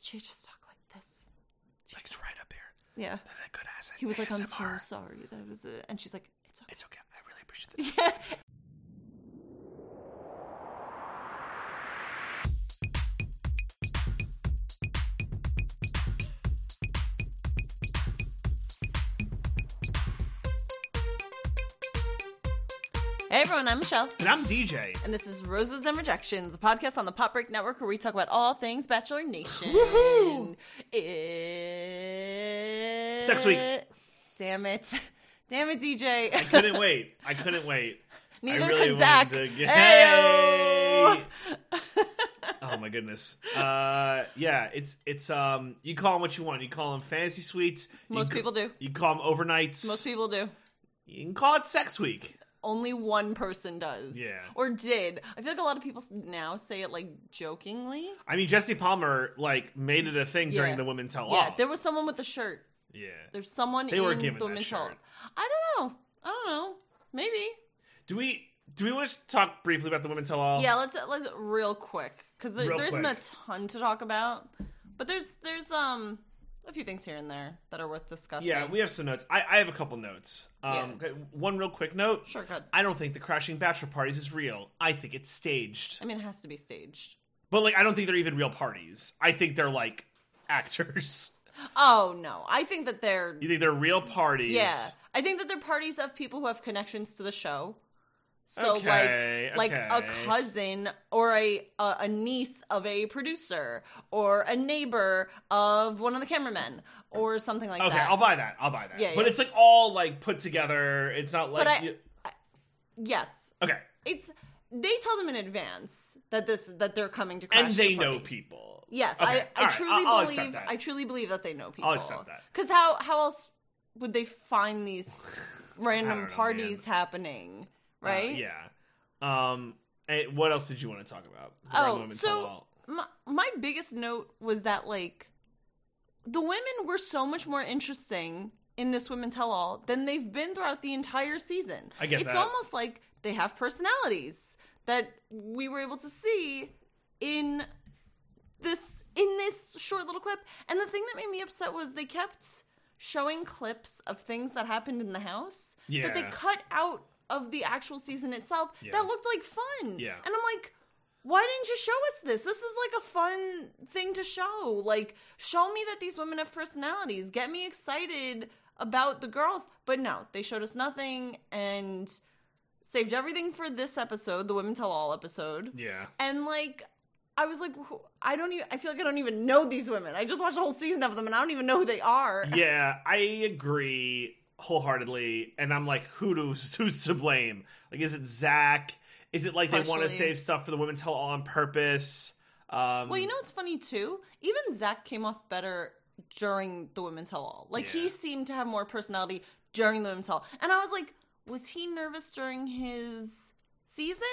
She just talked like this. She Like, it's just- right up here. Yeah. That's that good ass. He was like, I'm so ASMR. sorry. That was it. And she's like, it's okay. It's okay. I really appreciate that. Yeah. Hey everyone, I'm Michelle, And I'm DJ. and this is Roses and Rejections, a podcast on the Pop Break Network where we talk about all things Bachelor Nation. Woohoo! It... Sex week. Damn it. Damn it, DJ. I couldn't wait. I couldn't wait. Neither I really could Zach. wanted to get- Heyo! Hey! oh my goodness. Uh, yeah, it's it's um. You call them what you want. You call them fantasy suites. You Most ca- people do. You call them overnights. Most people do. You can call it sex week. Only one person does. Yeah. Or did. I feel like a lot of people s- now say it like jokingly. I mean, Jesse Palmer like made it a thing Yeah. during the women tell Yeah. all. There was someone with a shirt. yeah. There's someone They in were given the that women's shirt. hall. I don't know. I don't know. Maybe. Do we do we want to talk briefly about the women tell all? Yeah. Let's let's real quick because there, Real there isn't a quick. ton to talk about, but there's there's um a few things here and there that are worth discussing. Yeah, we have some notes. I, I have a couple notes. Um, okay, One real quick note. sure could. I don't think the crashing bachelor parties is real. I think it's staged. I mean, it has to be staged. But like, I don't think they're even real parties. I think they're like actors. Oh no, I think that they're You think they're real parties? Yeah, I think that they're parties of people who have connections to the show. So Okay, like like okay. a cousin or a, a a niece of a producer or a neighbor of one of the cameramen or something like Okay, that. I'll buy that. I'll buy that. Yeah, but yeah. it's like all like put together. It's not like But I- you- yes, okay, it's they tell them in advance that this that they're coming to crash and they the party. know people. Yes, Okay, I, I all right, truly I'll- I'll accept believe that. Uh, I truly believe that they know people. accept that. Because how how else would they find these know, random man. parties happening? Uh, Right? yeah. Um. and what else did you want to talk about? Oh, Around the Women so- Tell All. my, my biggest note was that like the women were so much more interesting in this women tell all than they've been throughout the entire season. I get it's that. almost like they have personalities that we were able to see in this in this short little clip. And the thing that made me upset was they kept showing clips of things that happened in the house that they Yeah. cut out of the actual season itself Yeah. that looked like fun. Yeah. And I'm like, why didn't you show us this? This is like a fun thing to show. Like, show me that these women have personalities. Get me excited about the girls. But no, they showed us nothing and saved everything for this episode, the Women Tell All episode. Yeah. And like, I was like, who- I don't even, I feel like I don't even know these women. I just watched a whole season of them and I don't even know who they are. yeah, I agree wholeheartedly, and I'm like, who to, who's to blame? Like, is it Zach? Is it like they want Partially. to save stuff for the women's hall on purpose? Um, Well, you know what's funny too? Even Zach came off better during the women's tell all. Like he Yeah. seemed to have more personality during the women's tell. And I was like, was he nervous during his season?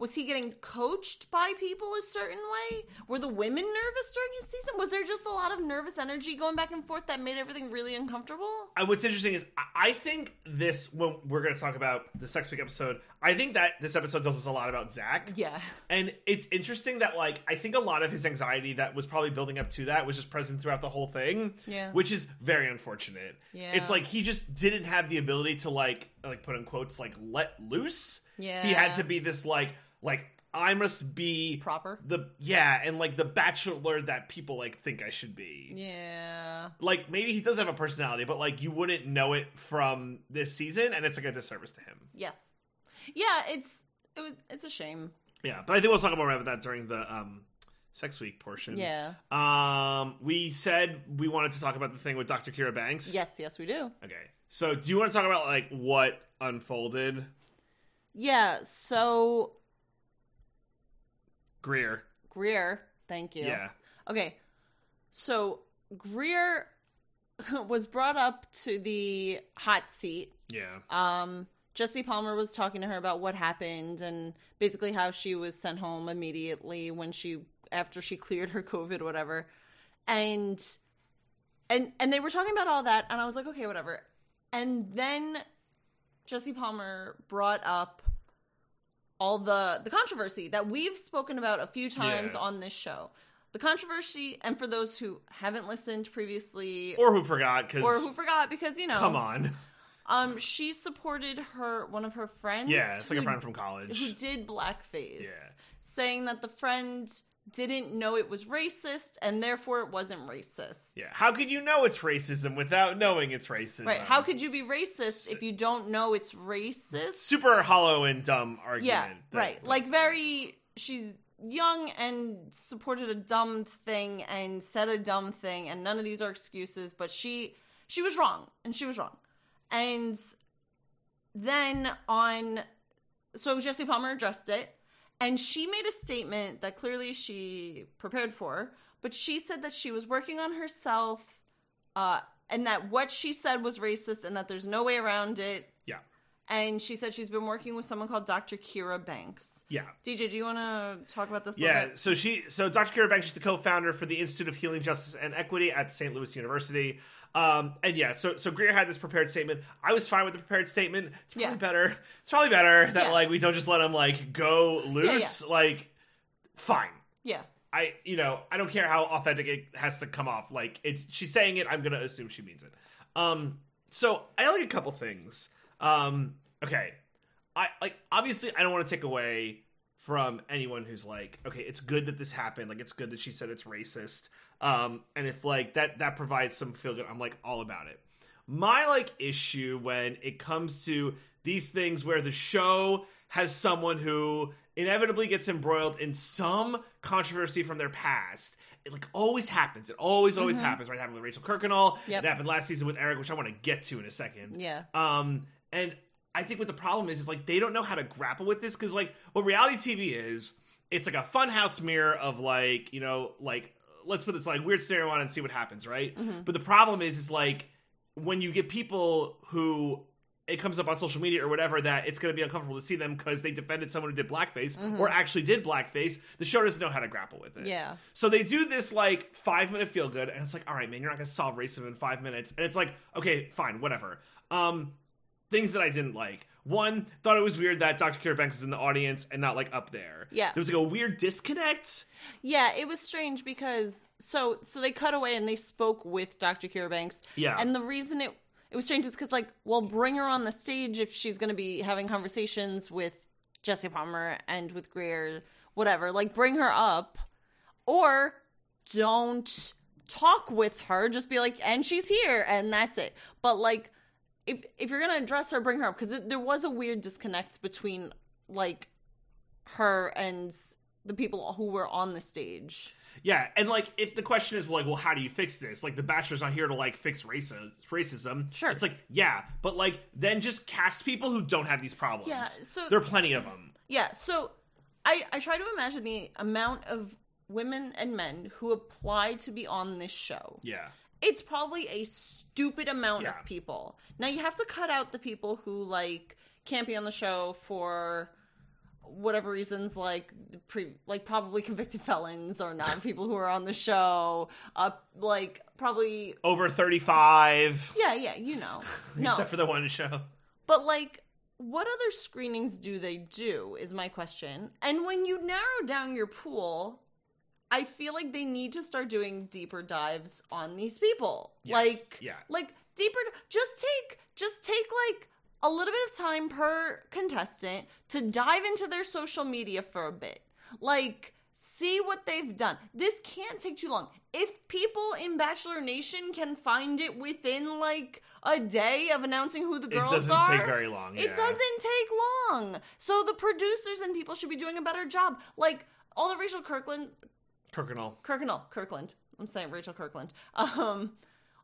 Was he getting coached by people a certain way? Were the women nervous during his season? Was there just a lot of nervous energy going back and forth that made everything really uncomfortable? I- what's interesting is I- I think this when we're going to talk about the sex week episode, I think that this episode tells us a lot about Zach. Yeah. And it's interesting that like I think a lot of his anxiety that was probably building up to that was just present throughout the whole thing. Yeah. Which is very unfortunate. Yeah. It's like he just didn't have the ability to like like put in quotes like let loose. He Yeah. had to be this like like I must be Proper. the yeah, and like the bachelor that people like think I should be Yeah. like maybe he does have a personality, but like you wouldn't know it from this season, and it's like a disservice to him. Yes. Yeah, it's it was it's a shame. Yeah, but I think we'll talk more about that during the um sex week portion. Yeah. Um, we said we wanted to talk about the thing with Dr. Kira Banks. Yes, yes we do. Okay. So, do you want to talk about like what unfolded? Yeah, so Greer. Greer, thank you. Yeah. Okay. So Greer was brought up to the hot seat. Yeah. Um, Jesse Palmer was talking to her about what happened and basically how she was sent home immediately when she after she cleared her COVID, whatever. And and and they were talking about all that, and I was like, okay, whatever. And then Jesse Palmer brought up all the the controversy that we've spoken about a few times Yeah. on this show the controversy, and for those who haven't listened previously Or who forgot? Because or who forgot, because you know, come on, um, she supported her one of her friends. yeah, it's like a who friend from who college. did blackface, Yeah. saying that the friend didn't know it was racist and therefore it wasn't racist. Yeah, how could you know it's racism without knowing it's racism? Right. How could you be racist if you don't know it's racist? super hollow and dumb argument? Yeah. that- right. like very she's young and supported a dumb thing and said a dumb thing and none of these are excuses, but she she was wrong and she was wrong. And then on so Jesse Palmer addressed it and she made a statement that clearly she prepared for, but she said that she was working on herself uh and that what she said was racist and that there's no way around it yeah, and she said she's been working with someone called Dr. Kira Banks. yeah. DJ, do you want to talk about this? a Yeah, little bit? so she, so Dr. Kira Banks, she's the co-founder for the Institute of Healing, Justice, and Equity at St. Louis University. Um, and yeah, so so Greer had this prepared statement. I was fine with the prepared statement. It's probably Yeah. better. It's probably better that Yeah. like we don't just let him like go loose. Like, fine. yeah, I you know I don't care how authentic it has to come off. Like it's she's saying it. I'm gonna assume she means it. Um, so I like a couple things. Um, okay, I like obviously I don't want to take away from anyone who's like, okay, it's good that this happened. Like it's good that she said it's racist. Um, and if like that that provides some feel good, I'm like all about it. My like issue when it comes to these things where the show has someone who inevitably gets embroiled in some controversy from their past. It like always happens. It always, always happens, right? It happened with Rachel Kirkendall. Yep. It happened last season with Eric, which I want to get to in a second. yeah, Um, and I think what the problem is is like they don't know how to grapple with this because like what reality TV is, it's like a funhouse mirror of like you know like let's put this like weird scenario on and see what happens, right? Mm-hmm. But the problem is is like when you get people who it comes up on social media or whatever that it's going to be uncomfortable to see them because they defended someone who did blackface or actually did blackface. The show doesn't know how to grapple with it. Mm-hmm. yeah, So they do this like five minute feel good, and it's like, all right, man, you're not gonna solve racism in five minutes. And it's like, okay, fine, whatever. Um, things that I didn't like. One, thought it was weird that Dr. Kira Banks was in the audience and not like up there. Yeah. There was like a weird disconnect. yeah. It was strange because so so they cut away and they spoke with Dr. Kira Banks. Yeah. and the reason it it was strange is because like, well, bring her on the stage if she's going to be having conversations with Jesse Palmer and with Greer, whatever. Like, bring her up, or don't talk with her. Just be like, and she's here, and that's it. But like. if if you're gonna address her, bring her up because there was a weird disconnect between like her and the people who were on the stage. Yeah, and like if the question is like, well, how do you fix this? Like the Bachelor's not here to like fix racism. Racism. Sure. It's like yeah, but like then just cast people who don't have these problems. Yeah, so- there are plenty of them. Yeah, so I I try to imagine the amount of women and men who apply to be on this show. Yeah. It's probably a stupid amount Yeah. of people. Now you have to cut out the people who like can't be on the show for whatever reasons like the pre like probably convicted felons or not people who are on the show uh like probably Over thirty five. yeah yeah you know no Except for the one show. But like, what other screenings do they do? Is my question. And when you narrow down your pool, I feel like they need to start doing deeper dives on these people. Yes, Like, yeah. like deeper. Just take, just take like a little bit of time per contestant to dive into their social media for a bit. Like. See what they've done. This can't take too long. If people in Bachelor Nation can find it within like a day of announcing who the girls it doesn't are, take very long. it yeah. doesn't take long. So the producers and people should be doing a better job. Like all the Rachel Kirkland, Kirkendall. Kirkland, Kirkland. I'm saying Rachel Kirkland. Um,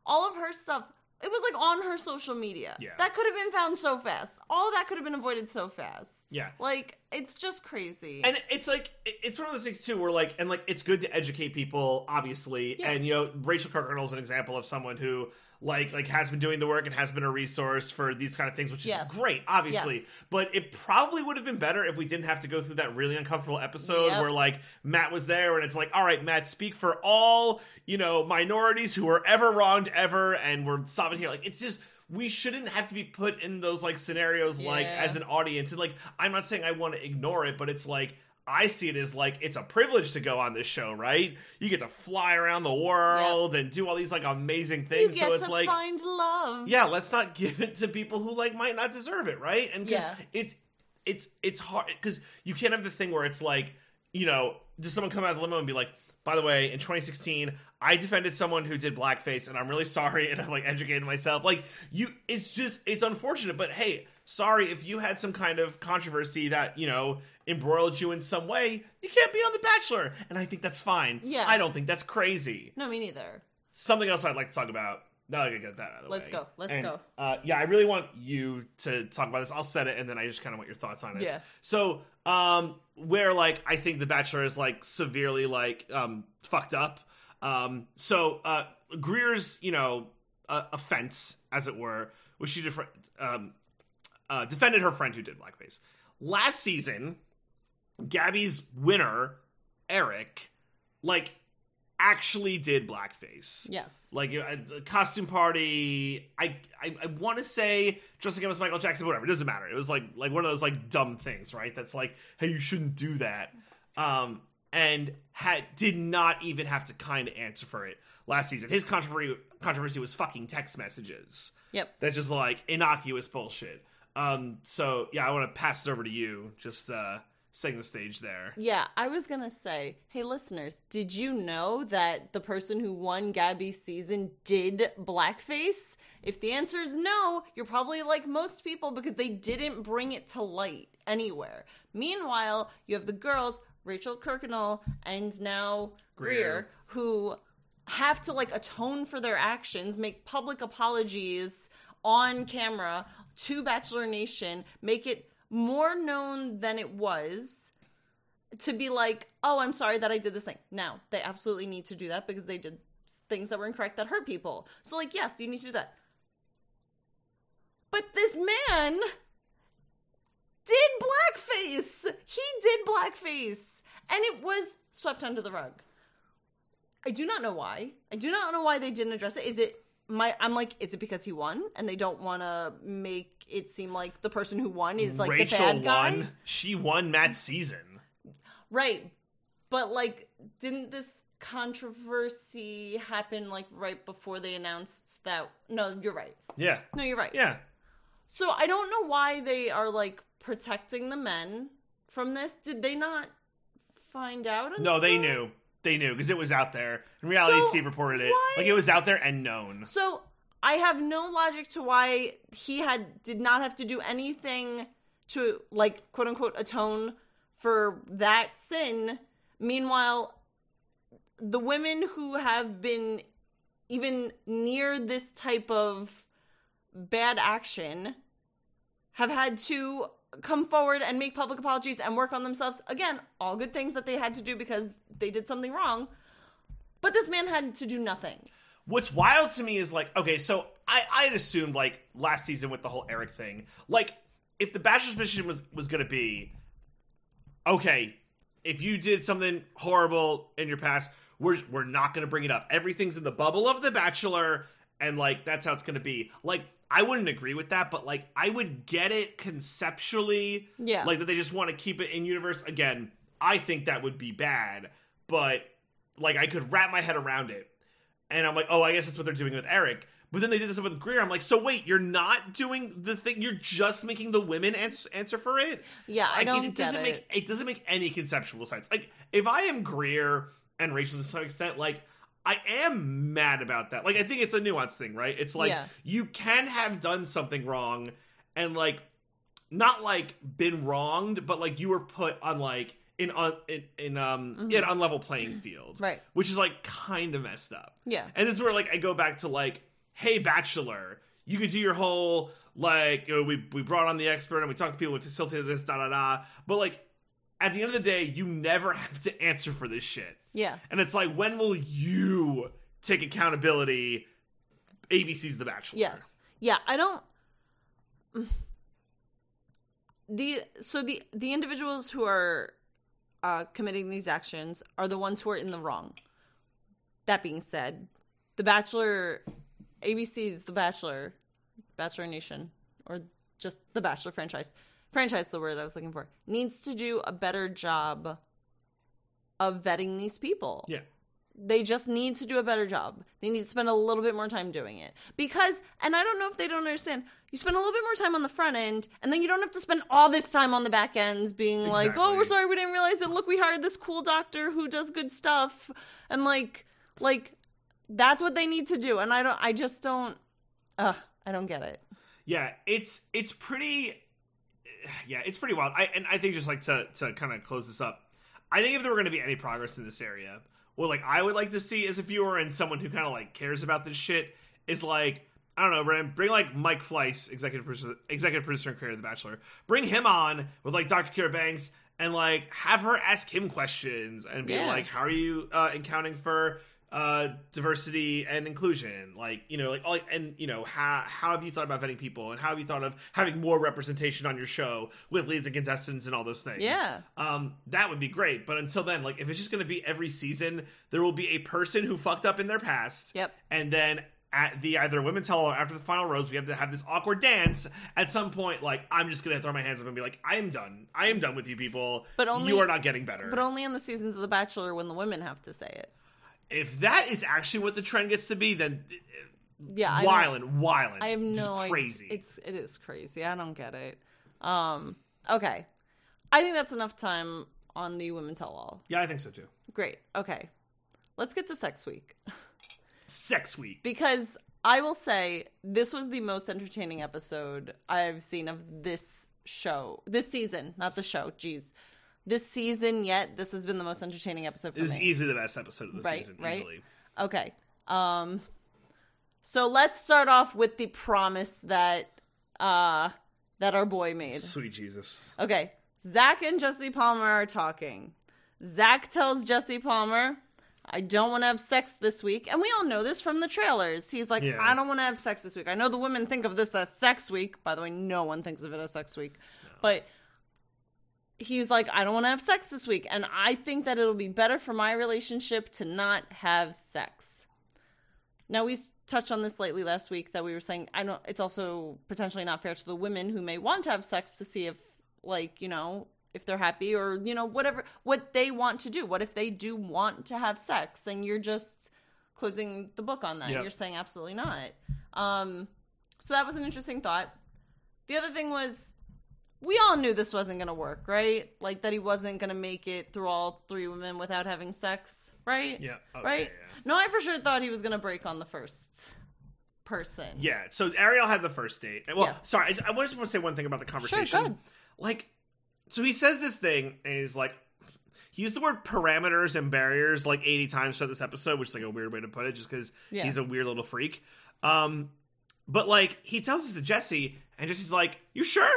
all of her stuff. It was like on her social media. Yeah. That could have been found so fast. All that could have been avoided so fast. Yeah. Like it's just crazy. And it's like it- it's one of those things too, where like and like it's good to educate people, obviously. Yeah. And you know, Rachel Kirkendall is an example of someone who like like has been doing the work and has been a resource for these kind of things, which Yes. is great, obviously. Yes. But it probably would have been better if we didn't have to go through that really uncomfortable episode Yep. where like Matt was there and it's like, all right, Matt, speak for all you know minorities who were ever wronged ever, and we're stopping here. Like it's just. We shouldn't have to be put in those like scenarios, like Yeah. as an audience and like i'm not saying i want to ignore it but it's like I see it as like it's a privilege to go on this show, right? You get to fly around the world and do all these like amazing things. you get so it's to like find love. yeah let's not give it to people who like might not deserve it right and because Yeah. it's it's it's hard because you can't have the thing where it's like you know does someone come out of the limo and be like by the way in 2016 i defended someone who did blackface and i'm really sorry and i'm like educated myself like you it's just it's unfortunate but hey sorry if you had some kind of controversy that you know embroiled you in some way you can't be on the bachelor and i think that's fine Yeah. i don't think that's crazy No, me neither. something else I'd like to talk about. Now that I get that out of the Let's way. go, let's And, go. Uh, yeah, I really want you to talk about this. I'll set it, and then I just kind of want your thoughts on it. Yeah. So, um, where like I think The Bachelor is like severely like um fucked up. Um, so uh, Greer's you know uh, offense, as it were, was she different. Um, uh, defended her friend who did blackface last season. Gabby's winner, Eric, like actually did blackface. Yes. Like a, a costume party, I I, I want to say Dressing Up as Michael Jackson, whatever. It doesn't matter. It was like like one of those like dumb things, right? That's like, hey, you shouldn't do that. Um, and had did not even have to kind of answer for it last season. His controversy controversy was fucking text messages Yep. that just like innocuous bullshit. Um, so yeah, I want to pass it over to you. Just uh, setting the stage there. Yeah, I was gonna say, hey listeners, did you know that the person who won Gabby's season did blackface? If the answer is no, you're probably like most people because they didn't bring it to light anywhere. Meanwhile, you have the girls, Rachel Kirkconnell and now Greer, Greer. who have to like atone for their actions, make public apologies on camera to Bachelor Nation, make it more known than it was to be like, oh, I'm sorry that I did this thing. Now they absolutely need to do that because they did s- things that were incorrect that hurt people. So, like, yes, you need to do that. But this man did blackface. He did blackface. And it was swept under the rug. I do not know why. I do not know why they didn't address it. Is it my I'm like, is it because he won and they don't wanna make it seem like the person who won is like Rachel the bad guy? won. She won Matt's season. Right. But like didn't this controversy happen like right before they announced that No, you're right. Yeah. No, you're right. Yeah. So I don't know why they are like protecting the men from this. Did they not find out? No, they until- knew. They knew because it was out there. In reality, So, Steve reported it. why- Like it was out there and known. So I have no logic to why he had did not have to do anything to like quote unquote atone for that sin. Meanwhile, the women who have been even near this type of bad action have had to come forward and make public apologies and work on themselves. Again, all good things that they had to do because they did something wrong. But this man had to do nothing. What's wild to me is like, okay, so I I had assumed like last season with the whole Eric thing, like if the bachelor's position was was gonna be, okay, if you did something horrible in your past, we're we're not gonna bring it up. Everything's in the bubble of the bachelor, and like that's how it's gonna be. Like I wouldn't agree with that, but like I would get it conceptually. Yeah. like that they just want to keep it in universe. Again, I think that would be bad, but like I could wrap my head around it and I'm like, oh, I guess that's what they're doing with Eric. But then they did this with Greer. I'm like, so wait, you're not doing the thing. You're just making the women ans- answer for it. Yeah, I Like, don't it get doesn't it. make it doesn't make any conceptual sense. Like, if I am Greer and Rachel to some extent, like I am mad about that. Like, I think it's a nuanced thing, right? It's like Yeah. you can have done something wrong, and like not like been wronged, but like you were put on like in on in, in um yeah, an unlevel playing field, Mm-hmm. Right. Which is like kind of messed up. Yeah. And this is where like I go back to like, hey Bachelor, you could do your whole like you know, we we brought on the expert and we talked to people, we facilitated this, da da da. But like at the end of the day, you never have to answer for this shit. Yeah. And it's like, when will you take accountability? ABC's The Bachelor. Yes. Yeah, I don't the so the the individuals who are uh committing these actions are the ones who are in the wrong. That being said, The Bachelor ABC's The Bachelor, Bachelor Nation or just The Bachelor franchise franchise, the word I was looking for, needs to do a better job of vetting these people. Yeah. They just need to do a better job. They need to spend a little bit more time doing it. Because, and I don't know if they don't understand, you spend a little bit more time on the front end, and then you don't have to spend all this time on the back ends being like, oh, we're Exactly. sorry we didn't realize it. Look, we hired this cool doctor who does good stuff. And like, like, that's what they need to do. And I don't, I just don't, ugh, I don't get it. Yeah, it's it's pretty yeah, it's pretty wild. I and I think just like to to kind of close this up. I think if there were going to be any progress in this area, what like I would like to see as a viewer and someone who kind of like cares about this shit is like I don't know, Brennan, bring like Mike Fleiss, executive producer, executive producer and creator of The Bachelor, bring him on with like Dr. Kira Banks and like have her ask him questions and be Yeah. like, how are you uh, accounting for uh, diversity and inclusion? Like, you know, like, all, and you know, how how have you thought about vetting people and how have you thought of having more representation on your show with leads and contestants and all those things? Yeah. um, that would be great. But until then, like, if it's just going to be every season, there will be a person who fucked up in their past. Yep. And then at the either women's hall or after the final rose, we have to have this awkward dance. At some point, like, I'm just going to throw my hands up and be like, I am done. I am done with you people. But only- you are not getting better. But only on the seasons of The Bachelor when the women have to say it. if that is actually what the trend gets to be, then Yeah, I don't- wildin', wildin'. I have Just no idea. crazy. It's it is crazy. I don't get it. Um, okay, I think that's enough time on the women tell all. yeah, I think so too. Great. Okay, let's get to sex week Sex week. because I will say this was the most entertaining episode I've seen of this show, this season, not the show. Jeez, this season yet. This has been the most entertaining episode. For This e- is me. easily the best episode of the Right, season. right. Easily. Okay. Um so let's start off with the promise that uh that our boy made. Sweet Jesus. Okay. Zach and Jesse Palmer are talking. Zach tells Jesse Palmer, I don't want to have sex this week. And we all know this from the trailers. He's like, Yeah. I don't want to have sex this week. I know the women think of this as sex week. By the way, no one thinks of it as sex week. But he's like, I don't want to have sex this week. And I think that it'll be better for my relationship to not have sex. Now, we s- touched on this lately last week that we were saying, I don't, it's also potentially not fair to the women who may want to have sex to see if, like, you know, if they're happy or, you know, whatever, what they want to do. What if they do want to have sex and you're just closing the book on that? Yep. You're saying absolutely not. Um, so that was an interesting thought. The other thing was, we all knew this wasn't going to work, right? Like that he wasn't going to make it through all three women without having sex, right? Yeah. Oh, right? yeah, yeah. No, I for sure thought he was going to break on the first person. Yeah. So Ariel had the first date. Well, Yes. sorry, I, I just want to say one thing about the conversation. good. Like, so he says this thing, and he's like, he used the word parameters and barriers like 80 times throughout this episode, which is like a weird way to put it, just because Yeah. he's a weird little freak. Um, but like, he tells this to Jesse, and Jesse's like, "You sure?"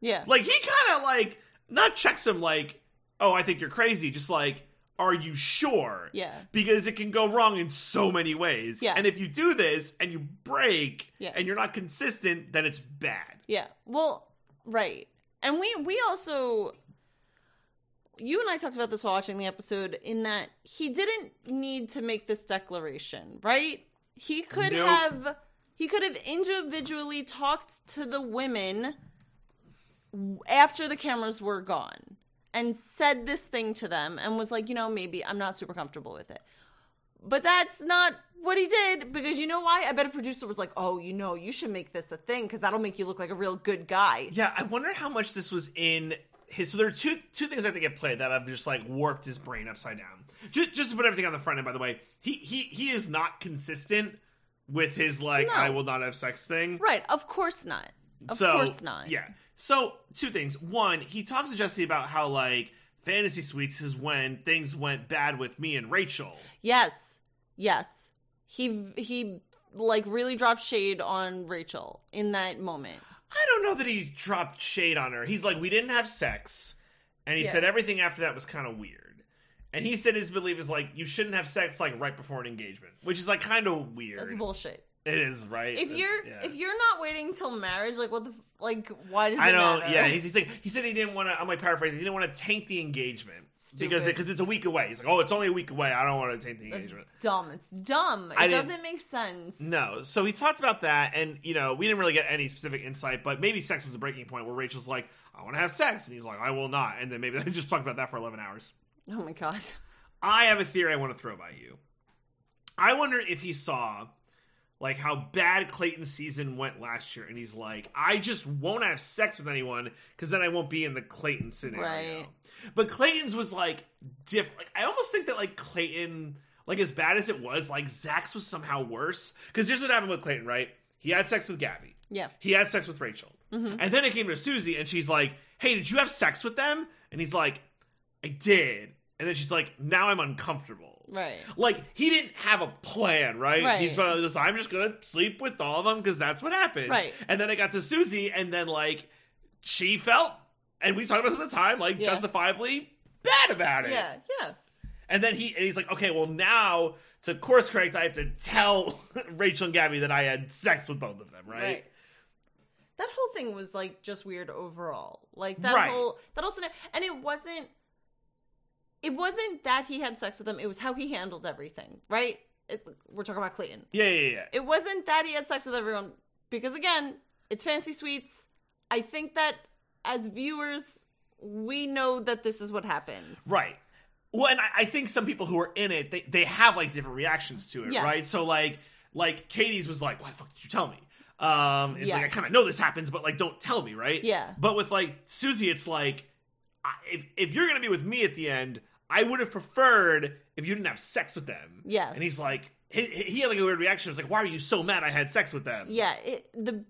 Yeah. Like he kind of like not checks him like, "Oh, I think you're crazy." Just like, "Are you sure?" Yeah. Because it can go wrong in so many ways. Yeah. And if you do this and you break Yeah. and you're not consistent, then it's bad. yeah. Well, right. And we we also you and I talked about this while watching the episode in that he didn't need to make this declaration, right? He could Nope. have he could have individually talked to the women after the cameras were gone and said this thing to them and was like, you know, maybe I'm not super comfortable with it. But that's not what he did because you know why? I bet a producer was like, oh, you know, you should make this a thing because that'll make you look like a real good guy. Yeah, I wonder how much this was in his. So there are two two things I think at play that have just like warped his brain upside down. Just, just to put everything on the front end, by the way, he he he is not consistent with his like No. I will not have sex thing. Right. Of course not. Of so, course not. Yeah. So two things. One, he talks to Jesse about how like fantasy suites is when things went bad with me and Rachel. Yes. Yes. He he like really dropped shade on Rachel in that moment. I don't know that he dropped shade on her. He's like, we didn't have sex, and he Yeah. said everything after that was kind of weird. And he said his belief is like you shouldn't have sex like right before an engagement, which is like kind of weird. That's bullshit. It is right. If It's- you're yeah. if you're not waiting till marriage, like what the f- like why does it I don't. matter? Yeah, he's, he's like he said he didn't want to. I'm like paraphrasing. He didn't want to taint the engagement because Stupid. because it's a week away. He's like, oh, it's only a week away. I don't want to taint the That's engagement. dumb. It's dumb. It I didn't- doesn't make sense. No. So we talked about that, and you know, we didn't really get any specific insight, but maybe sex was a breaking point where Rachel's like, I want to have sex, and he's like, I will not, and then maybe they just talked about that for eleven hours. Oh my god. I have a theory I want to throw by you. I wonder if he saw like how bad Clayton's season went last year, and he's like, I just won't have sex with anyone because then I won't be in the Clayton scenario. Right. But Clayton's was like different. Like, I almost think that like Clayton, like as bad as it was, like Zach's was somehow worse. Because here's what happened with Clayton, right? He had sex with Gabby. Yeah. He had sex with Rachel. Mm-hmm. And then it came to Susie, and she's like, Hey, did you have sex with them? And he's like, I did. And then she's like, Now I'm uncomfortable. Right. Like, he didn't have a plan, right? Right. He's probably just, I'm just going to sleep with all of them because that's what happens. Right. And then it got to Susie, and then, like, she felt, and we talked about this at the time, like, Yeah. justifiably bad about it. Yeah. Yeah. And then he and he's like, okay, well now to course correct, I have to tell Rachel and Gabby that I had sex with both of them, right? Right. That whole thing was like just weird overall. Like that Right. whole that also and it wasn't it wasn't that he had sex with them, it was how he handled everything, right? It, we're talking about Clayton. Yeah, yeah, yeah. It wasn't that he had sex with everyone because again, it's fancy suites. I think that as viewers, we know that this is what happens. Right. Well, and I, I think some people who are in it, they, they have like different reactions to it, Yes. right? So like like Katie's was like, Why the fuck did you tell me? Um it's like I Yes. kinda know this happens, but like don't tell me, right? Yeah. But with like Susie, it's like I, if if you're gonna be with me at the end, I would have preferred if you didn't have sex with them. Yes. And he's like he, he had like a weird reaction. It was like, Why are you so mad I had sex with them? Yeah, it, the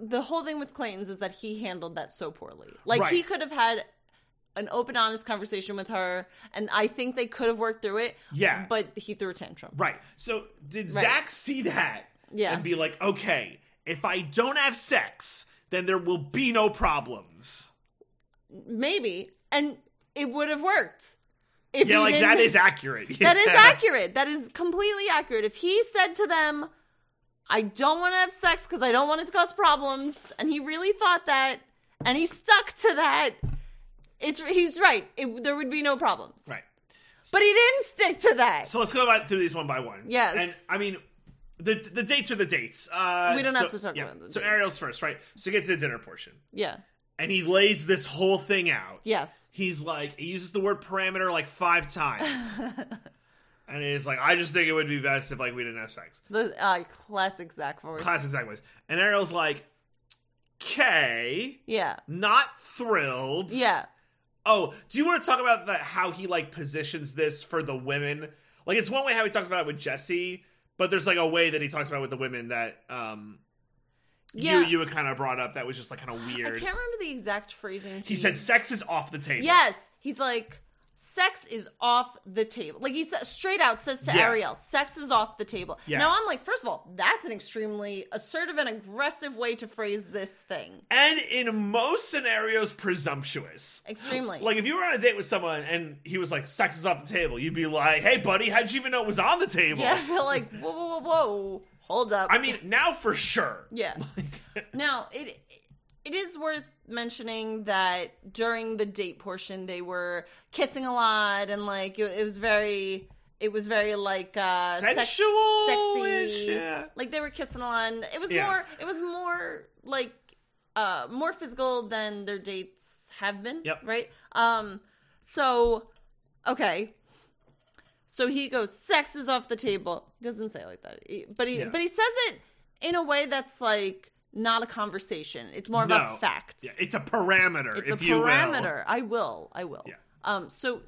the whole thing with Clayton's is that he handled that so poorly. Like he Right. could have had an open, honest conversation with her, and I think they could have worked through it. Yeah. but he threw a tantrum. Right. So did Zach see that Yeah. and be like, okay, if I don't have sex, then there will be no problems. Maybe, and it would have worked. If Yeah, he like didn't- that is accurate. that is Yeah. accurate. That is completely accurate. If he said to them, "I don't want to have sex because I don't want it to cause problems," and he really thought that, and he stuck to that, it's he's right. It, there would be no problems. Right. But he didn't stick to that. So let's go about through these one by one. Yes. And I mean, the the dates are the dates. Uh, We don't so- have to talk yeah. about the So dates. Ariel's first, right? So he gets to the dinner portion, yeah. and he lays this whole thing out. Yes. He's like, he uses the word parameter like five times, and he's like, I just think it would be best if like we didn't have sex. The uh, classic Zach voice. Classic Zach voice. And Ariel's like, "Okay." Yeah. not thrilled. Yeah. Oh, do you want to talk about the how he like positions this for the women? Like it's one way how he talks about it with Jesse, but there's like a way that he talks about it with the women that um Yeah. you you had kind of brought up that was just like kind of I weird. can't remember the exact phrasing. He said sex is off the table. Yes. He's like, sex is off the table. Like he sa- straight out says to Yeah. Ariel, sex is off the table. Yeah. Now I'm like, first of all, that's an extremely assertive and aggressive way to phrase this thing. And in most scenarios, presumptuous. Extremely. Like if you were on a date with someone and he was like, sex is off the table, you'd be like, Hey buddy, how'd you even know it was on the table? yeah, I feel like, whoa, whoa, whoa, whoa. Hold up. I mean, now for sure. Yeah. now it it is worth mentioning that during the date portion they were kissing a lot and like it, it was very it was very like uh sex- Sensual. sexy Yeah. like they were kissing a lot and it was Yeah. more it was more like uh more physical than their dates have been Yep. right um so okay so he goes sex is off the table doesn't say it like that He- but he Yeah. but he says it in a way that's like not a conversation it's more about No. facts Yeah, it's a parameter. it's if a you will. parameter i will i will Yeah. um so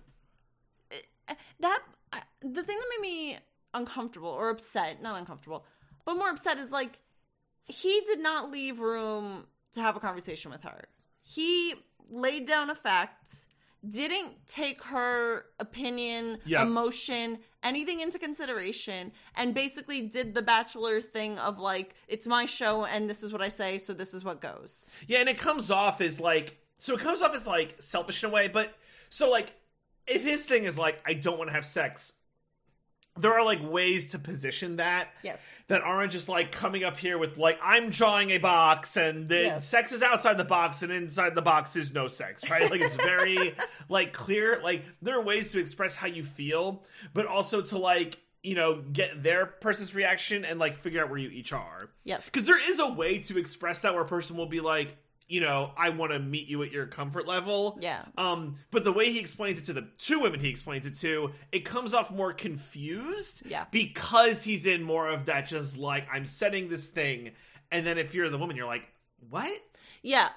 uh, that uh, the thing that made me uncomfortable or upset not uncomfortable but more upset is like he did not leave room to have a conversation with her he laid down a fact didn't take her opinion Yeah. emotion anything into consideration and basically did the bachelor thing of like it's my show and this is what i say so this is what goes Yeah, and it comes off as like so it comes off as like selfish in a way, but so like if his thing is like I don't want to have sex, there are like ways to position that Yes. that aren't just like coming up here with like I'm drawing a box and the Yes. sex is outside the box and inside the box is no sex, right? Like it's very like clear. Like there are ways to express how you feel, but also to like you know get their person's reaction and like figure out where you each are. Yes. Because there is a way to express that where a person will be like, you know, I want to meet you at your comfort level. Yeah. Um, but the way he explains it to the two women he explains it to, it comes off more confused. Yeah. Because he's in more of that just like, I'm setting this thing. And then if you're the woman, you're like, what? Yeah.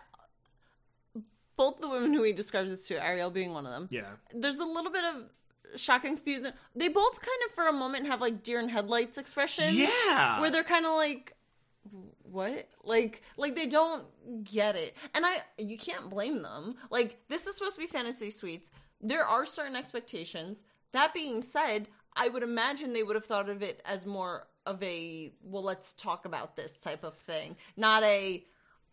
Both the women who he describes this to, Ariel being one of them. Yeah. There's a little bit of shock and confusion. They both kind of, for a moment, have like deer in headlights expressions. Yeah. where they're kind of like what like like they don't get it and i you can't blame them like this is supposed to be fantasy suites there are certain expectations that being said i would imagine they would have thought of it as more of a well let's talk about this type of thing not a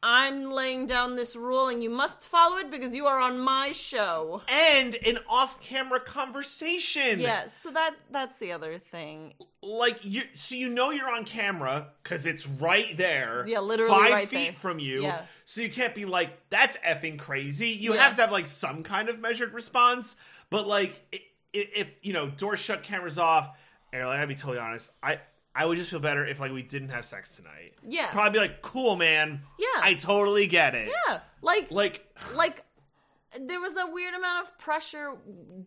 i'm laying down this rule and you must follow it because you are on my show and an off-camera conversation. yeah so that that's the other thing like you so you know you're on camera because it's right there Yeah, literally five right feet there. from you Yeah. so you can't be like that's effing crazy you Yeah. have to have like some kind of measured response but like i- i- if you know doors shut cameras off and like, i'll be totally honest i i would just feel better if like we didn't have sex tonight Yeah. probably be like cool man Yeah. i totally get it yeah like like like there was a weird amount of pressure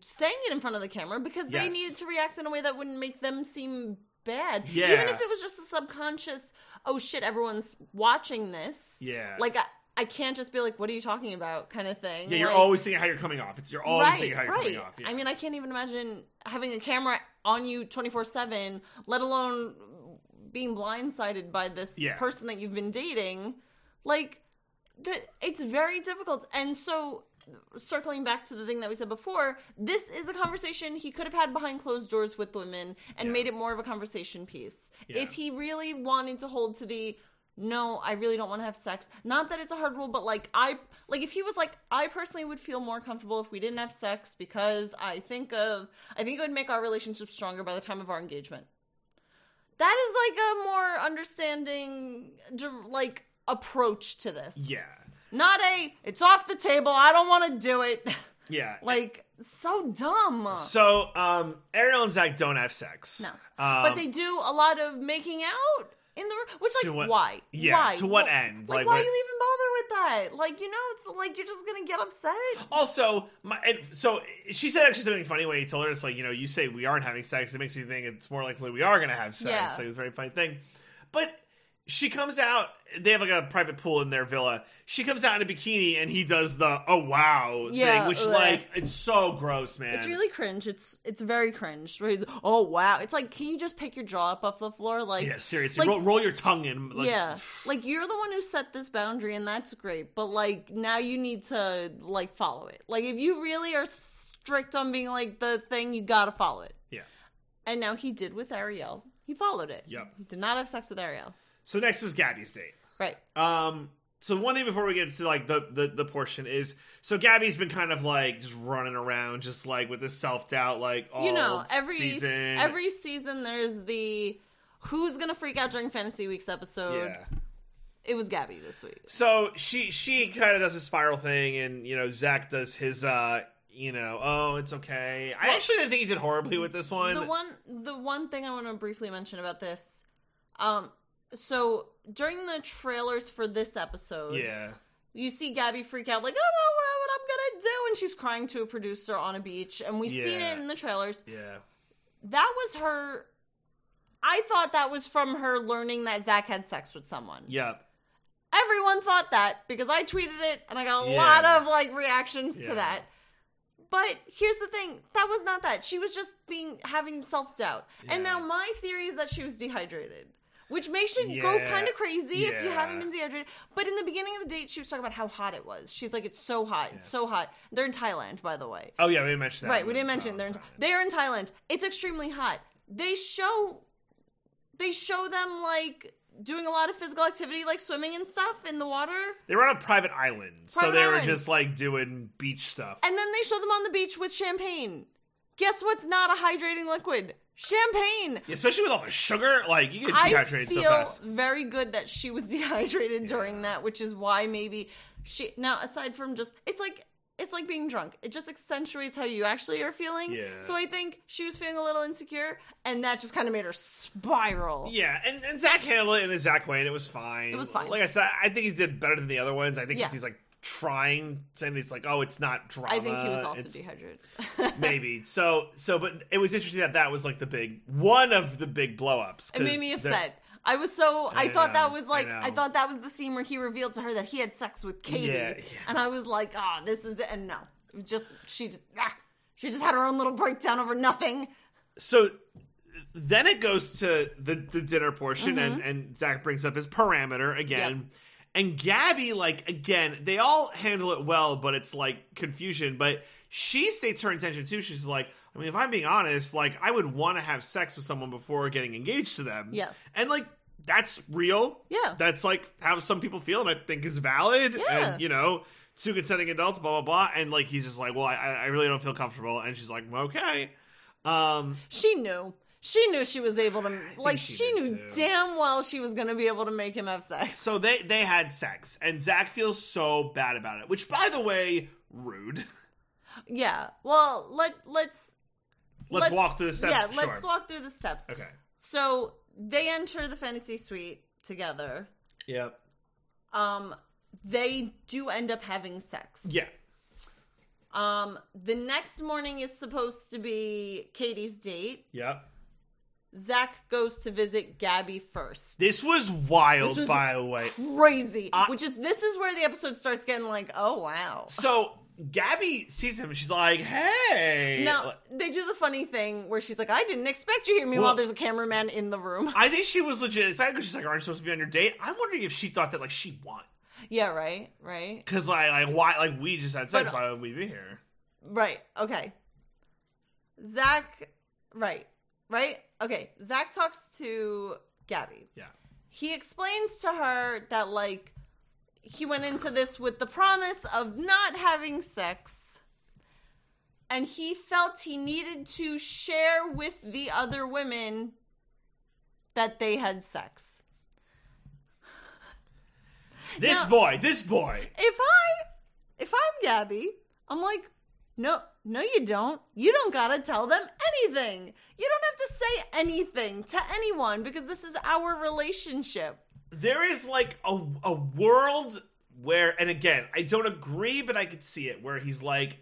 saying it in front of the camera because they Yes. needed to react in a way that wouldn't make them seem bad. Yeah. Even if it was just a subconscious, oh shit, everyone's watching this. yeah Like I, I can't just be like, what are you talking about? kind of thing. yeah you're Like, always seeing how you're coming off it's you're always right, seeing how you're right. coming off yeah. I mean, I can't even imagine having a camera on you 24 7, let alone being blindsided by this Yeah. person that you've been dating. Like, the, it's very difficult. And so, circling back to the thing that we said before, this is a conversation he could have had behind closed doors with women and Yeah. made it more of a conversation piece. Yeah. If he really wanted to hold to the no, I really don't want to have sex. Not that it's a hard rule, but like I like if he was like I personally would feel more comfortable if we didn't have sex because I think of I think it would make our relationship stronger by the time of our engagement. That is like a more understanding dir- like approach to this. yeah Not a it's off the table. I don't want to do it. yeah like so dumb. So, um, Ariel and Zach don't have sex. No. Um, but they do a lot of making out in the room, which To like what- why? yeah, Why? to what Wh- end? Like, Like, why what- you even bother with that? Like you know, it's like you're just gonna get upset. Also, my and so she said actually something funny when he told her it's like you know you say we aren't having sex it makes me think it's more likely we are going to have sex Yeah. like it's a very funny thing, but she comes out they have like a private pool in their villa she comes out in a bikini and he does the oh wow Yeah, thing which ugh. like it's so gross man It's really cringe. It's it's very cringe. Where he's oh wow. It's like can you just pick your jaw up off the floor? Like yeah seriously like- roll, roll your tongue in like, yeah, like you're the one who set this boundary, and that's great. But like now you need to like follow it. Like if you really are strict on being like the thing, you gotta follow it. yeah And now he did with Ariel. He followed it. Yep. He did not have sex with Ariel. so next was Gabby's date Right. Um. So one thing before we get to like the, the the portion is so Gabby's been kind of like just running around, just like with this self doubt, like all you know every season, every season there's the who's gonna freak out during fantasy week's episode yeah. it was gabby this week So she she kind of does a spiral thing, and you know Zach does his uh you know oh it's okay. I actually didn't think he did horribly with this one. the one the one thing i want to briefly mention about this um so during the trailers for this episode yeah. you see Gabby freak out like, "Oh, I don't know what I'm gonna do," and she's crying to a producer on a beach, and we seen Yeah. it in the trailers. Yeah. That was her. I thought that was from her learning that Zach had sex with someone. Yep. everyone thought that because I tweeted it and I got a Yeah. lot of like reactions Yeah. to that. But here's the thing, that was not that. She was just being having self-doubt. And Yeah. now my theory is that she was dehydrated. Which makes you go Yeah. kind of crazy if you haven't Yeah. been dehydrated. But in the beginning of the date, she was talking about how hot it was. She's like, "It's so hot, it's so hot." They're in Thailand, by the way. Oh yeah, we didn't mention that. Right, we didn't mention they're in, they're in Thailand. It's extremely hot. They show they show them like doing a lot of physical activity like swimming and stuff in the water. They were on a private island, so Private they island. were just like doing beach stuff. And then they show them on the beach with champagne. Guess what's not a hydrating liquid? champagne. especially with all the sugar. Like you get I dehydrated feel so fast. very good that she was dehydrated during that, which is why maybe she. Now, aside from just, it's like it's like being drunk. It just accentuates how you actually are feeling. Yeah. So I think she was feeling a little insecure, and that just kind of made her spiral. Yeah, and, and Zach handled it in his Zach way, and it was fine. It was fine. Like I said, I think he did better than the other ones. I think 'cause Yeah. he's like trying, and he's like, oh, it's not drama. I think he was also Uh, It's- dehydrated. maybe so so but it was interesting that that was like the big one of the big blow-ups 'cause It made me they're- upset. I was so I, I thought that know, was I like I, know. thought that was the scene where he revealed to her that he had sex with Katie, Yeah, yeah. and I was like, oh, this is it. And no, it was just she just ah, she just had her own little breakdown over nothing. so then it goes to the the dinner portion and Mm-hmm. and zach brings up his parameter again and gabby like again they all handle it well but it's like confusion but she states her intention too she's like i mean if i'm being honest like i would want to have sex with someone before getting engaged to them Yes. and like that's real Yeah. that's like how some people feel and i think is valid Yeah. and you know two consenting adults blah blah blah and like he's just like well i i really don't feel comfortable and she's like okay um She knew. She knew she was able to like she, she did knew too. damn well she was gonna be able to make him have sex. So they they had sex, and Zach feels so bad about it. Which, by the way, rude. yeah. Well, let let's Let's, walk through the steps. Yeah, let's Sure. walk through the steps. Okay. So they enter the fantasy suite together. Yep. Um, they do end up having sex. Yeah. Um, the next morning is supposed to be Katie's date. Yep. Zach goes to visit Gabby first. This was wild, This was- by the way. Crazy. I- Which is this is where the episode starts getting like, oh wow. So Gabby sees him. She's like, "Hey." Now they do the funny thing where she's like, I didn't expect you here. Meanwhile, Well- there's a cameraman in the room. I think she was legit excited because she's like, "Aren't you supposed to be on your date?" I'm wondering if she thought that like she won yeah, right, right, because like like why like we just had sex. But- why would we be here? right. Okay. Zach, right, right. Okay. Zach talks to Gabby. Yeah. he explains to her that like he went into this with the promise of not having sex and he felt he needed to share with the other women that they had sex This Now- boy. This boy. if i if i'm gabby i'm like no no you don't you don't gotta tell them anything you don't have to say anything to anyone because this is our relationship there is like a a world where and again I don't agree but I could see it where he's like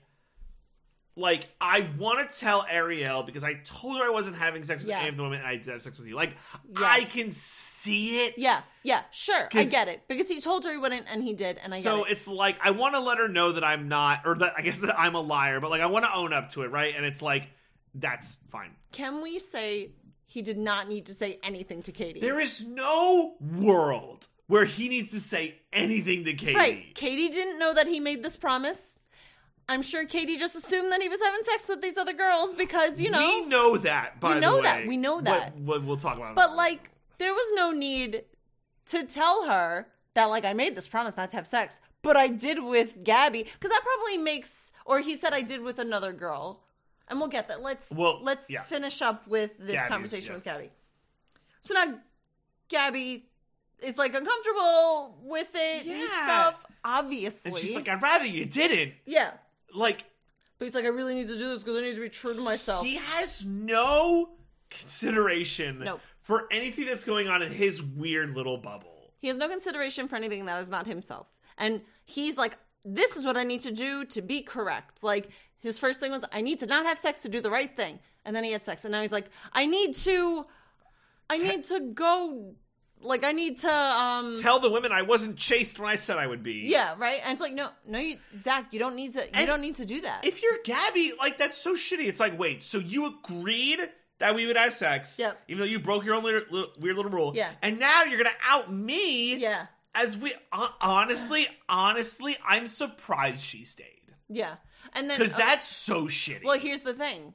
like I want to tell Ariel because I told her I wasn't having sex with Yeah. any of the women and I did have sex with you like Yes. I can see it Yeah, yeah, sure. I 'Cause- get it. Because he told her he wouldn't and he did and I so get it. it's like I want to let her know that I'm not or that I guess that I'm a liar but like I want to own up to it right and it's like that's fine Can we say he did not need to say anything to Katie? there is no world where he needs to say anything to Katie right. Katie didn't know that he made this promise. I'm sure Katie just assumed that he was having sex with these other girls because, you know, we know that. By We know the way, that, we know But- that. But we'll talk about. but like there was no need to tell her that like I made this promise not to have sex, but I did with Gabby because that probably makes or he said I did with another girl. And we'll get that. Let's Well, let's yeah. finish up with this Gabby's, conversation yeah. with Gabby. So now Gabby is like uncomfortable with it and Yeah. stuff, obviously. and she's like, "I'd rather you didn't." yeah. Like But he's like, I really need to do this because I need to be true to myself. he has no consideration Nope. for anything that's going on in his weird little bubble. He has no consideration for anything that is not himself. And he's like, this is what I need to do to be correct. Like, his first thing was, I need to not have sex to do the right thing. And then he had sex. And now he's like, I need to, I need to go, like, I need to, um, Tell the women I wasn't chased when I said I would be. yeah, right? And it's like, no, no, you, Zach, you don't need to, you And don't need to do that. If you're Gabby, like that's so shitty. It's like, wait, so you agreed that we would have sex, Yep. even though you broke your own little, little- weird little rule. Yeah. And now you're gonna out me. yeah, As we hon- honestly, honestly, I'm surprised she stayed. yeah. And then, Because okay, that's so shitty. well, here's the thing.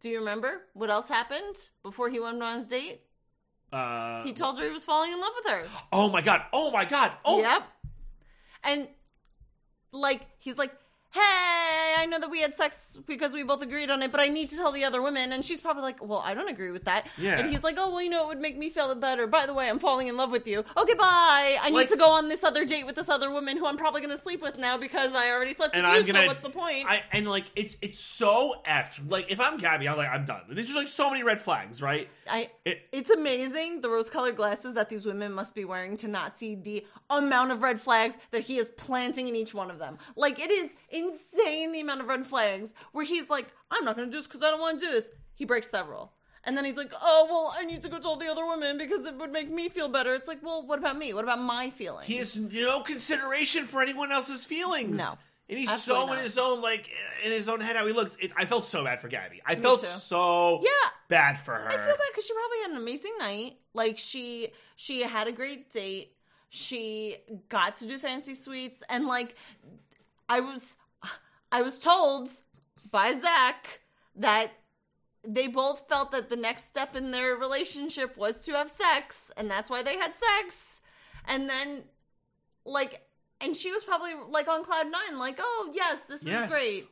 Do you remember what else happened before he went on his date? uh, He told her he was falling in love with her. oh my god! Oh my god! Oh, Yep. And like he's like, hey, I know that we had sex because we both agreed on it, but I need to tell the other women. And she's probably like, well, I don't agree with that. Yeah. And he's like, oh, well, you know, it would make me feel better. By the way, I'm falling in love with you. Okay, bye. I need Like- to go on this other date with this other woman who I'm probably going to sleep with now because I already slept and with I'm you, gonna. so what's the point? I, and like it's it's so effed. Like if I'm Gabby, I'm like I'm done. These are like so many red flags, right? I It- it's amazing the rose-colored glasses that these women must be wearing to not see the amount of red flags that he is planting in each one of them. Like it is insane the amount of red flags where he's like, "I'm not going to do this because I don't want to do this." He breaks that rule, and then he's like, "Oh well, I need to go tell the other women because it would make me feel better." It's like, well, what about me? What about my feelings? He has no consideration for anyone else's feelings. No. And he's so Absolutely in not. his own, like in his own head how he looks. It, I felt so bad for Gabby. I felt too. so Yeah. bad for her. I feel bad because she probably had an amazing night. Like she she had a great date. She got to do fancy suites, and like I was I was told by Zach that they both felt that the next step in their relationship was to have sex, and that's why they had sex. And then like and she was probably like on cloud nine, like, oh yes, this is Yes. great.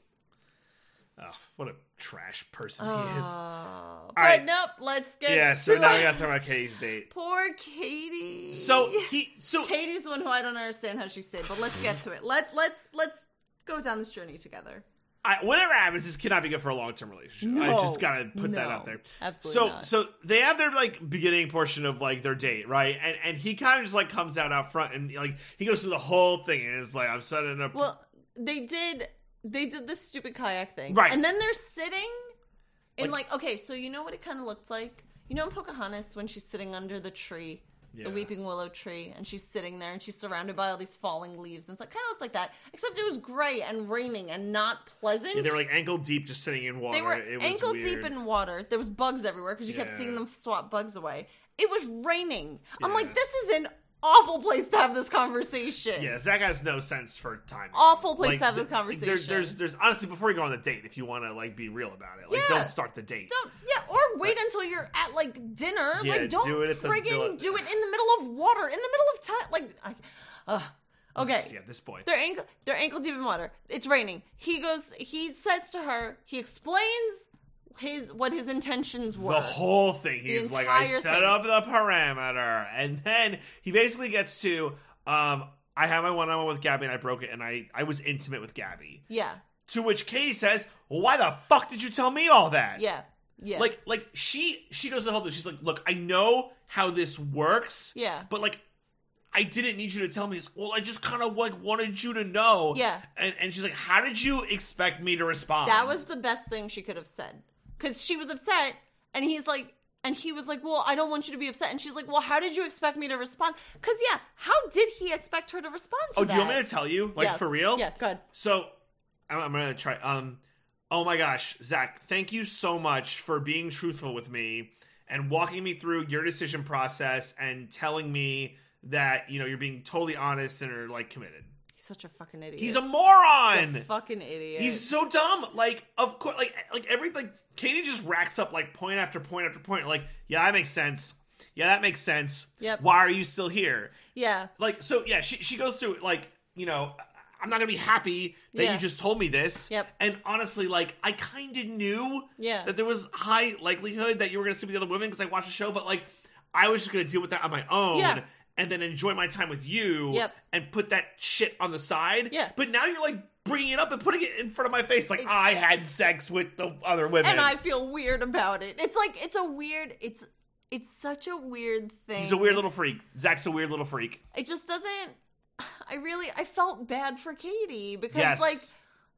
Ugh, what a trash person he is. Oh, but right. nope, let's get Yeah. So to now it. we got to talk about Katie's date. Poor Katie. So he. So Katie's the one who I don't understand how she stayed, but let's get to it. Let's let's let's go down this journey together. I, whatever happens, this cannot be good for a long term relationship. I No. just gotta put that No. out there. Absolutely So, not. so they have their like beginning portion of like their date, right? And and he kind of just like comes out out front and like he goes through the whole thing and is like, I'm setting up. Well, they did they did this stupid kayak thing, Right. And then they're sitting in like, okay, so you know what it kind of looked like. You know in Pocahontas when she's sitting under the tree, Yeah. the weeping willow tree, and she's sitting there and she's surrounded by all these falling leaves, and it's like kind of looked like that, except it was gray and raining and not pleasant. Yeah, they were like ankle deep, just sitting in water. They were it was ankle deep weird. in water. There was bugs everywhere because you kept Yeah. seeing them swat bugs away. It was raining. I'm Yeah. like, this is an awful place to have this conversation. Yeah, Zach has no sense for time. Awful place to have this There's, conversation. there's, there's honestly before you go on the date, if you want to like be real about it, like Yeah. don't start the date. Don't yeah, or wait until you're at like dinner. Yeah, like don't do it at the- friggin' do it- do it in the middle of water, in the middle of time. Like, I, ugh. okay. Yeah, this boy. They're ankle they're ankle deep in water. It's raining. He goes he says to her, he explains his what his intentions were. The whole thing. He's like, I entire set thing. up the parameter, and then he basically gets to, um, I had my one-on-one with Gabby, and I broke it, and I I was intimate with Gabby. yeah. To which Katie says, well, "Why the fuck did you tell me all that?" Yeah. Yeah. Like, like she she goes to the whole thing. She's like, "Look, I know how this works. Yeah. but like." I didn't need you to tell me this. Well, I just kind of like wanted you to know. Yeah. And and she's like, "How did you expect me to respond?" That was the best thing she could have said. Because she was upset, and he's like, and he was like, well, I don't want you to be upset. And she's like, well, how did you expect me to respond? Because, yeah, how did he expect her to respond to Oh, that? do you want me to tell you? Like Yes. for real? Yeah, good. So I'm, I'm gonna try. Um, oh my gosh, Zach, thank you so much for being truthful with me and walking me through your decision process and telling me that you know you're being totally honest and are like committed. He's such a fucking idiot. He's a moron. fucking idiot. He's so dumb. Like, of course, like, like every like Katie just racks up like point after point after point. Like, yeah, that makes sense. Yeah, that makes sense. Yep. Why are you still here? yeah. like so yeah she, she goes through it like you know i'm not gonna be happy that Yeah. you just told me this Yep. and honestly like i kind of knew Yeah. that there was high likelihood that you were gonna sleep with the other women because i watched the show but like i was just gonna deal with that on my own Yeah. and then enjoy my time with you Yep. and put that shit on the side Yeah. but now you're like bringing it up and putting it in front of my face like i had sex with the other women And I feel weird about it. It's like, it's a weird, it's, it's such a weird thing. he's a weird little freak zach's a weird little freak It just doesn't, I really, I felt bad for Katie because, yes like,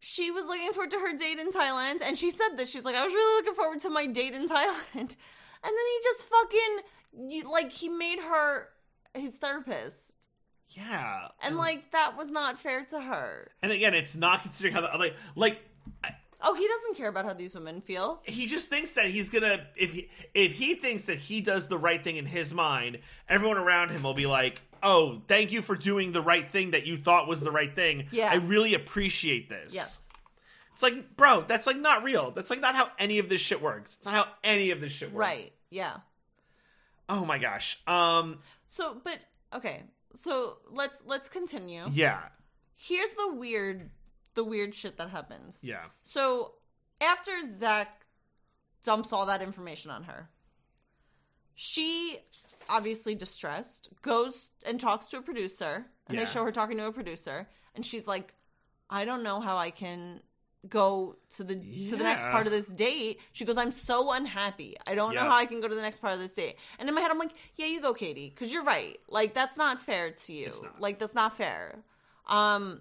she was looking forward to her date in Thailand, and she said this. She's like, I was really looking forward to my date in Thailand. And then he just fucking, you, like, he made her his therapist. yeah And, like, that was not fair to her. and again it's not considering how the like like Oh, he doesn't care about how these women feel. he just thinks that he's gonna if he, if he thinks that he does the right thing in his mind, everyone around him will be like, "Oh, thank you for doing the right thing that you thought was the right thing. Yeah. I really appreciate this." Yes. It's like, bro, that's like not real. That's like not how any of this shit works. It's not how any of this shit works. Right. Yeah. Oh my gosh. Um. So, but, okay. So let's let's continue. Yeah. Here's the weird the weird shit that happens. Yeah. So after Zach dumps all that information on her, she obviously distressed goes and talks to a producer, and Yeah. they show her talking to a producer, and she's like, "I don't know how I can." go to the to the next Yeah. part of this date she goes i'm so unhappy i don't know Yeah. how i can go to the next part of this date and in my head i'm like yeah you go katie because you're right like that's not fair to you It's not. like that's not fair um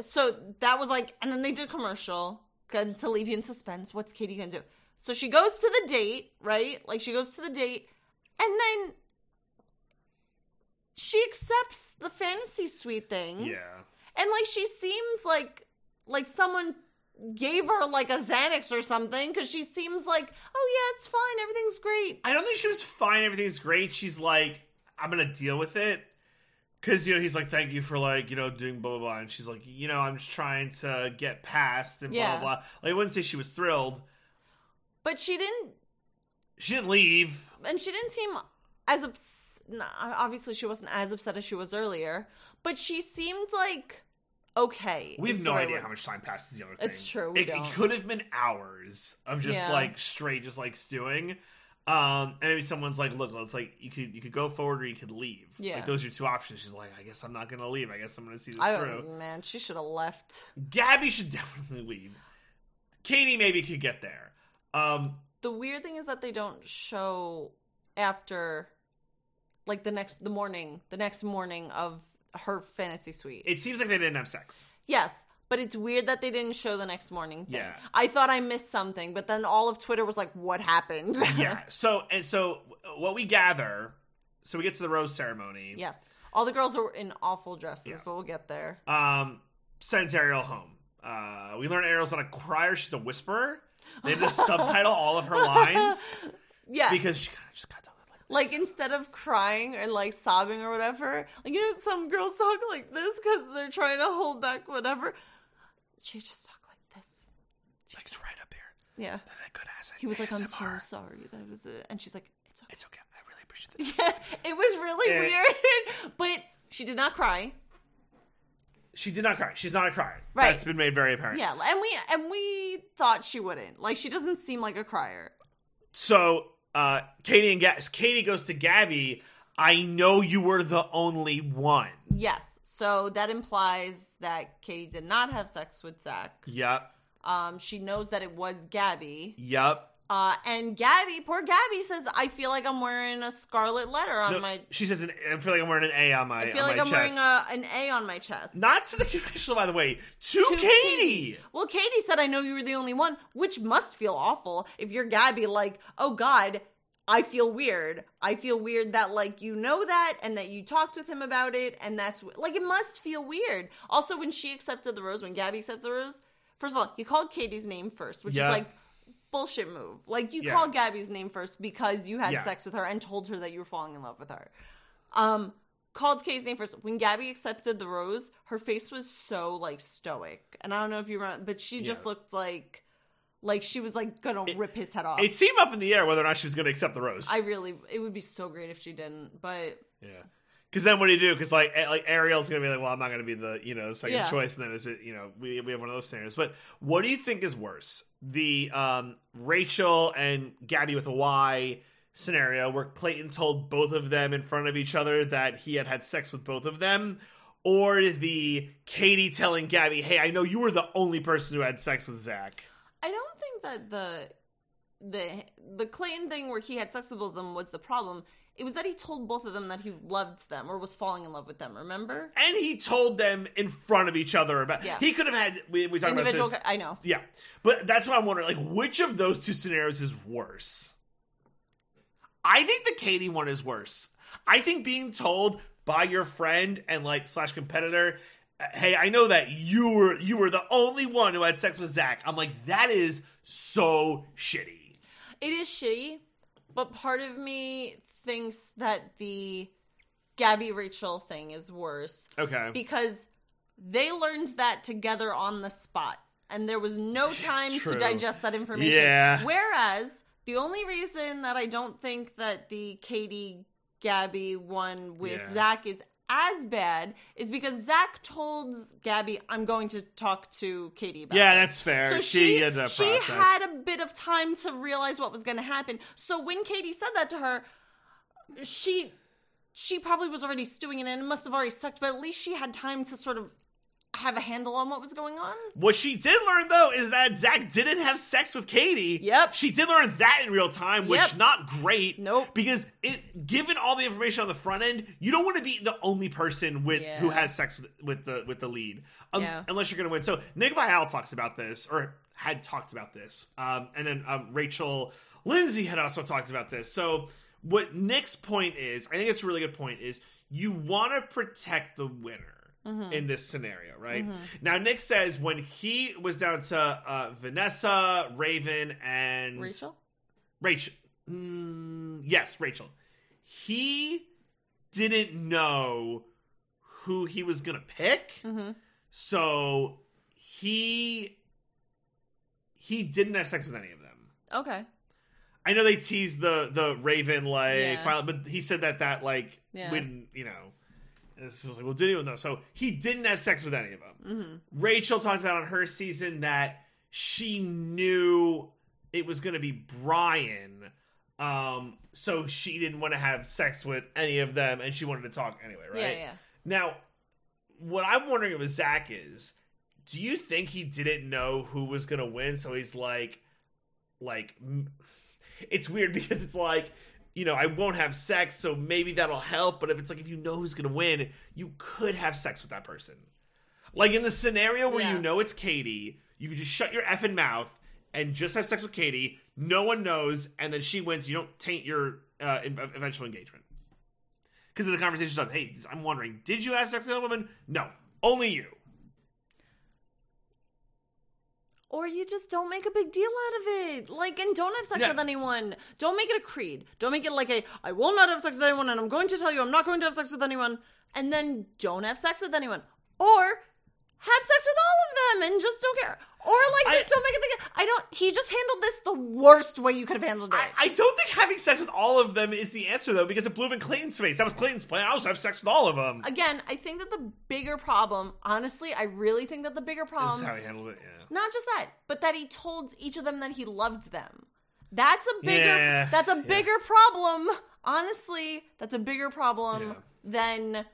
so that was like, and then they did commercial gun to leave you in suspense. What's Katie gonna do? So she goes to the date, right? Like she goes to the date, and then she accepts the fantasy suite thing, Yeah. and like she seems like like someone gave her like a Xanax or something because she seems like, oh yeah, it's fine, everything's great. I don't think she was fine. Everything's great. She's like, I'm gonna deal with it. Cause you know he's like, thank you for like you know doing blah blah blah, and she's like, you know, I'm just trying to get past and blah Yeah. blah blah. Like I wouldn't say she was thrilled. But she didn't She didn't leave. and she didn't seem as ups- no, obviously she wasn't as upset as she was earlier, but she seemed like okay. We is have the no right idea word. how much time passes the other thing. It's true, we it, it don't. could have been hours of just Yeah. like straight, just like stewing. Um, and maybe someone's like, "Look, let's like you could you could go forward or you could leave. Yeah. like, those are your two options." She's like, "I guess I'm not gonna leave. I guess I'm gonna see this I through." man, she should have left. Gabby should definitely leave. Katie maybe could get there. Um, The weird thing is that they don't show after like the next the morning, the next morning of her fantasy suite. it seems like they didn't have sex. yes. But it's weird that they didn't show the next morning thing. Yeah. I thought I missed something, but then all of Twitter was like, what happened? yeah. So and so what we gather. So we get to the rose ceremony. yes. All the girls are in awful dresses, Yeah. but we'll get there. um, sends Ariel home. Uh, we learn Ariel's not a crier; she's a whisperer. They had to subtitle all of her lines Yeah. because she kind of just got done with like, like instead of crying or like sobbing or whatever like you know some girls talk like this because they're trying to hold back whatever she just talked like this Like it's right up here. yeah That good acid. he was like i'm so ASMR. sorry that was it and she's like it's okay It's okay. I really appreciate that. yeah, it was really Eh. weird but she did not cry She did not cry. She's not a crier. Right. That's been made very apparent. yeah and we and we thought she wouldn't like she doesn't seem like a crier So uh, Katie and Ga- Katie goes to Gabby. I know you were the only one. yes so that implies that katie did not have sex with zach Yep. um she knows that it was gabby Yep. Uh, and Gabby, poor Gabby says, I feel like I'm wearing a scarlet letter on No, my. she says, an, "I feel like I'm wearing an A on my I feel on like my I'm chest." wearing a, an A on my chest. Not to the confessional, by the way. To, To Katie. Well, Katie said, I know you were the only one, which must feel awful if you're Gabby, like, oh God, I feel weird. I feel weird that, like, you know that and that you talked with him about it. And that's, like, it must feel weird. Also, when she accepted the rose, when Gabby accepted the rose, first of all, he called Katie's name first, which Yeah. is like, bullshit move. Like, you Yeah. called Gabby's name first because you had Yeah. sex with her and told her that you were falling in love with her. Um, called Katie's name first. When Gabby accepted the rose, her face was so like stoic, and I don't know if you remember, but she just Yeah. looked like like she was like gonna rip his head off. It seemed up in the air whether or not she was going to accept the rose. I really, it would be so great if she didn't, but Yeah. Because then what do you do? Because like A- like Ariel's gonna be like, well, I'm not gonna be the you know second Yeah. choice, and then is it you know we we have one of those scenarios. But what do you think is worse, the um Rachel and Gabby with a Y scenario, where Clayton told both of them in front of each other that he had had sex with both of them, or the Katie telling Gabby, hey, I know you were the only person who had sex with Zach. I don't think that the the the Clayton thing where he had sex with both of them was the problem. It was that he told both of them that he loved them or was falling in love with them. Remember? And he told them in front of each other about. Yeah. He could have had. We, we talked about Individual, this. I know. Yeah, but that's what I'm wondering. Like, which of those two scenarios is worse? I think the Katie one is worse. I think being told by your friend and like slash competitor, uh, "Hey, I know that you were you were the only one who had sex with Zach." I'm like, that is so shitty. It is shitty, but part of me thinks that the Gabby Rachel thing is worse Okay. because they learned that together on the spot and there was no time to true. digest that information. Yeah. Whereas the only reason that I don't think that the Katie Gabby one with Yeah. Zach is as bad is because Zach told Gabby, "I'm going to talk to Katie about." Yeah, this." that's fair. So she, she had a she process. had a bit of time to realize what was going to happen. So when Katie said that to her, she she probably was already stewing in it and must have already sucked. But at least she had time to sort of have a handle on what was going on. What she did learn though is that Zach didn't have sex with Katie. Yep. She did learn that in real time, which Yep. not great. Nope. Because it, given all the information on the front end, you don't want to be the only person with who Yeah. has sex with, with the with the lead, um, Yeah. unless you're going to win. So Nick Vial talks about this, or had talked about this, um, and then um, Rachel Lindsay had also talked about this. So what Nick's point is, I think it's a really good point, is you want to protect the winner Mm-hmm. in this scenario, right? Now, Nick says when he was down to uh, Vanessa, Raven, and Rachel, Rachel. Mm, yes, Rachel. He didn't know who he was going to pick. Mhm. So he he didn't have sex with any of them. okay, I know they teased the the Raven like Yeah. finally, but he said that that like Yeah. when you know and this was like well did anyone know? So he didn't have sex with any of them. hmm Rachel talked about on her season that she knew it was going to be Brian. Um, so she didn't want to have sex with any of them and she wanted to talk anyway, right? yeah, yeah. Now, what I'm wondering with Zach is, do you think he didn't know who was gonna win? So he's like, like, m- it's weird because it's like, you know, I won't have sex, so maybe that'll help. But if it's like, if you know who's gonna win, you could have sex with that person. Like in the scenario where Yeah. you know it's Katie, you could just shut your effing mouth and just have sex with Katie. No one knows, and then she wins. You don't taint your uh, in- eventual engagement because of the conversation's on. Hey, I'm wondering, did you have sex with a woman? No, only you. Or you just don't make a big deal out of it. Like, and don't have sex Yeah. with anyone. Don't make it a creed. Don't make it like a, I will not have sex with anyone, and I'm going to tell you I'm not going to have sex with anyone. And then don't have sex with anyone. Or have sex with all of them and just don't care. Or, like, just I- don't make it thing. I don't, he just handled this the worst way you could have handled it. I, I don't think having sex with all of them is the answer though, because it blew up in Clayton's face. That was Clayton's plan. I also have sex with all of them. Again, I think that the bigger problem, honestly, I really think that the bigger problem. That's how he handled it. Yeah. not just that, but that he told each of them that he loved them. That's a bigger Yeah, that's a yeah. bigger problem. Honestly, that's a bigger problem Yeah. than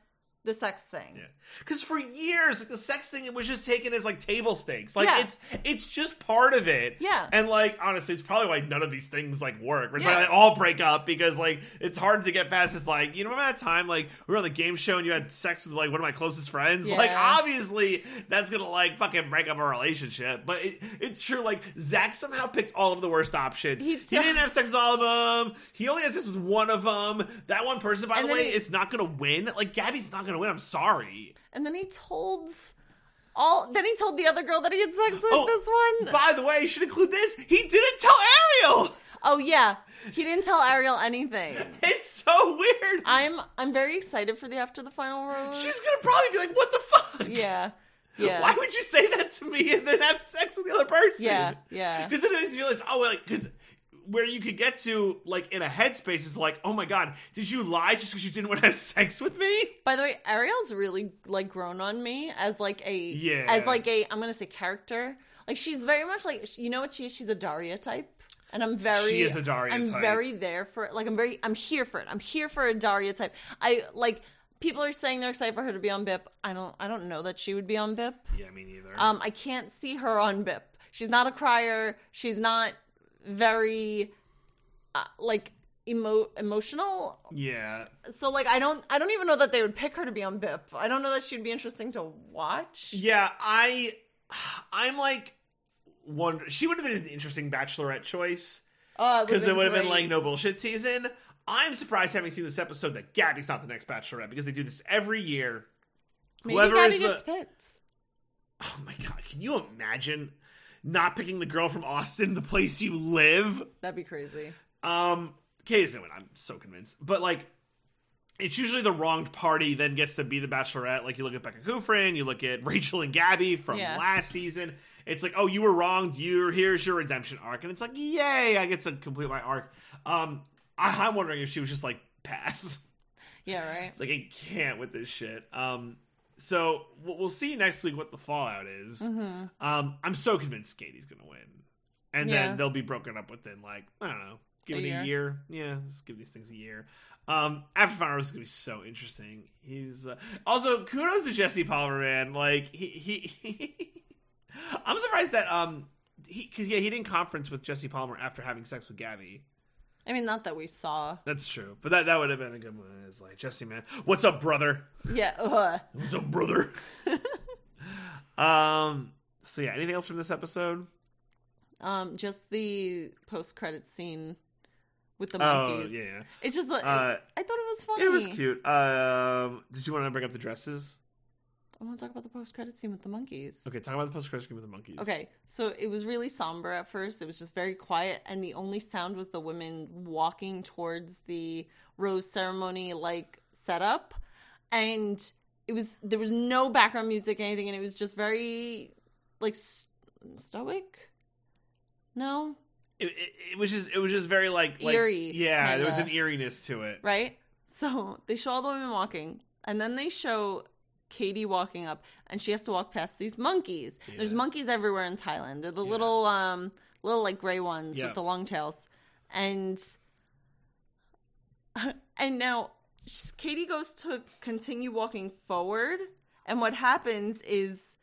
the sex thing. Yeah. Because for years, like, the sex thing was just taken as like table stakes. Like Yeah. it's it's just part of it. Yeah. And like honestly, it's probably why none of these things like work. It's why Yeah. they all break up because like it's hard to get past. It's like you know remember that time like we were on the game show and you had sex with like one of my closest friends. Like Yeah. obviously that's gonna like fucking break up a relationship. But it, it's true. Like Zach somehow picked all of the worst options. He He, did. didn't have sex with all of them. He only had sex with one of them. That one person, by And the then way, he- is not gonna win. Like Gabby's not gonna win. I'm sorry. And then he told all then he told the other girl that he had sex with Oh, this one. By the way, I should include this. He didn't tell Ariel. oh yeah. He didn't tell Ariel anything. It's so weird. I'm I'm very excited for the after the final rose. She's gonna probably be like, "What the fuck? Yeah. Yeah. Why would you say that to me and then have sex with the other person?" Yeah, yeah. Because then it makes me realize, oh, well, like, because where you could get to, like, in a headspace is like, "Oh my god, did you lie just because you didn't want to have sex with me?" By the way, Ariel's really like grown on me as like a Yeah. as like a I'm gonna say character. Like she's very much like sh- you know what she is. She's a Daria type, and I'm very She is a Daria I'm type. very there for it. Like I'm very I'm here for it. I'm here for a Daria type. I like people are saying they're excited for her to be on BIP. I don't I don't know that she would be on BIP. Yeah, me neither. Um, I can't see her on BIP. She's not a crier. She's not very uh, like emo- emotional yeah, so like I don't I don't even know that they would pick her to be on BIP. I don't know that she'd be interesting to watch. yeah. I, I'm like, wonder. She would have been an interesting bachelorette choice. Oh, because it would have been great. like no bullshit season. I'm surprised having seen this episode that Gabby's not the next Bachelorette because they do this every year. Maybe whoever Gabby is the- gets picked. Oh my god, can you imagine not picking the girl from Austin, the place you live? That'd be crazy. Um, Katie's gonna win. I'm so convinced. But like, it's usually the wronged party then gets to be the Bachelorette. Like you look at Becca Kufrin, you look at Rachel and Gabby from Yeah. last season. It's like, oh, you were wronged. You're here's your redemption arc, and it's like, yay, I get to complete my arc. Um, I, I'm wondering if she was just like pass. Yeah, right. It's like I can't with this shit. Um, so we'll we'll see next week what the fallout is. Mhm. Um, I'm so convinced Katie's gonna win, and Yeah. then they'll be broken up within like I don't know, give A it year. a year. Yeah, just give these things a year. Um, After Fire is gonna be so interesting. He's uh, also kudos to Jesse Palmer, man. Like he he. I'm surprised that um he because yeah he didn't conference with Jesse Palmer after having sex with Gabby. I mean, not that we saw. That's true, but that that would have been a good one. It's like Jesse, man, what's up, brother? Yeah. uh, Ugh. What's up, brother? um. So yeah, anything else from this episode? Um, just the post credit scene with the Oh monkeys. yeah, yeah. It's just like Uh, I thought it was funny. It was cute. Um, did you want to bring up the dresses? I want to talk about the post credit scene with the monkeys. Okay, talk about the post credit scene with the monkeys. Okay, so it was really somber at first. It was just very quiet, and the only sound was the women walking towards the rose ceremony like setup, and it was there was no background music, anything, and it was just very like s- stoic. No, It, it, it was just it was just very like, like Eerie, Yeah, there was an kinda. eeriness to it. right? So they show all the women walking, and then they show Katie walking up, and she has to walk past these monkeys. There's Yeah. monkeys everywhere in Thailand. They're the Yeah. little, um, little like gray ones Yeah. with the long tails, and and now sh- Katie goes to continue walking forward, and what happens is.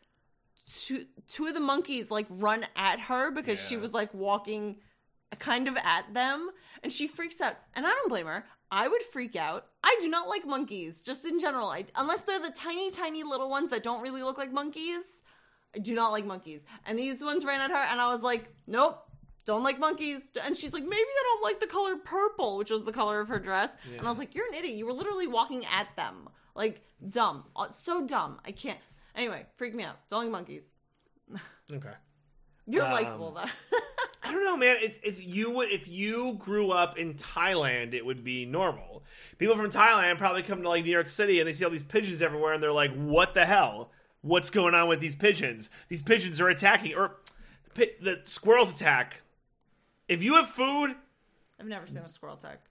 Two, two of the monkeys like run at her because she Yeah. was like walking kind of at them and she freaks out and i don't blame her i would freak out i do not like monkeys just in general I, unless they're the tiny tiny little ones that don't really look like monkeys i do not like monkeys and these ones ran at her and i was like nope don't like monkeys and she's like maybe they don't like the color purple which was the color of her dress and i was like you're an idiot you were literally walking at them like dumb Uh, so dumb i can't anyway freak me out don't like monkeys Okay. you're Um, likable though I don't know, man. It's it's you would if you grew up in Thailand, it would be normal. People from Thailand probably come to like New York City and they see all these pigeons everywhere and they're like, "What the hell? What's going on with these pigeons? These pigeons are attacking or the, pi- the squirrels attack." If you have food, i've never seen a squirrel attack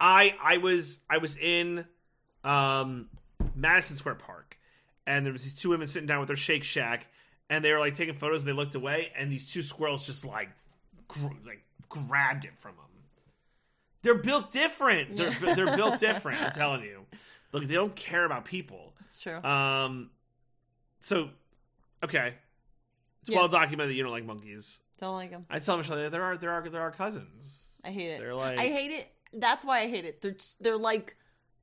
I I was I was in um Madison Square Park and there was these two women sitting down with their Shake Shack and they were like taking photos and they looked away and these two squirrels just like gr- like grabbed it from them. They're built different. They're bu- they're built different. I'm telling you. Look, they don't care about people. it's true Um, so okay, it's Yeah. well documented that you don't like monkeys. don't like them I tell Michelle there are there are there are cousins. I hate it. They're like I hate it. That's why I hate it. They're t- they're like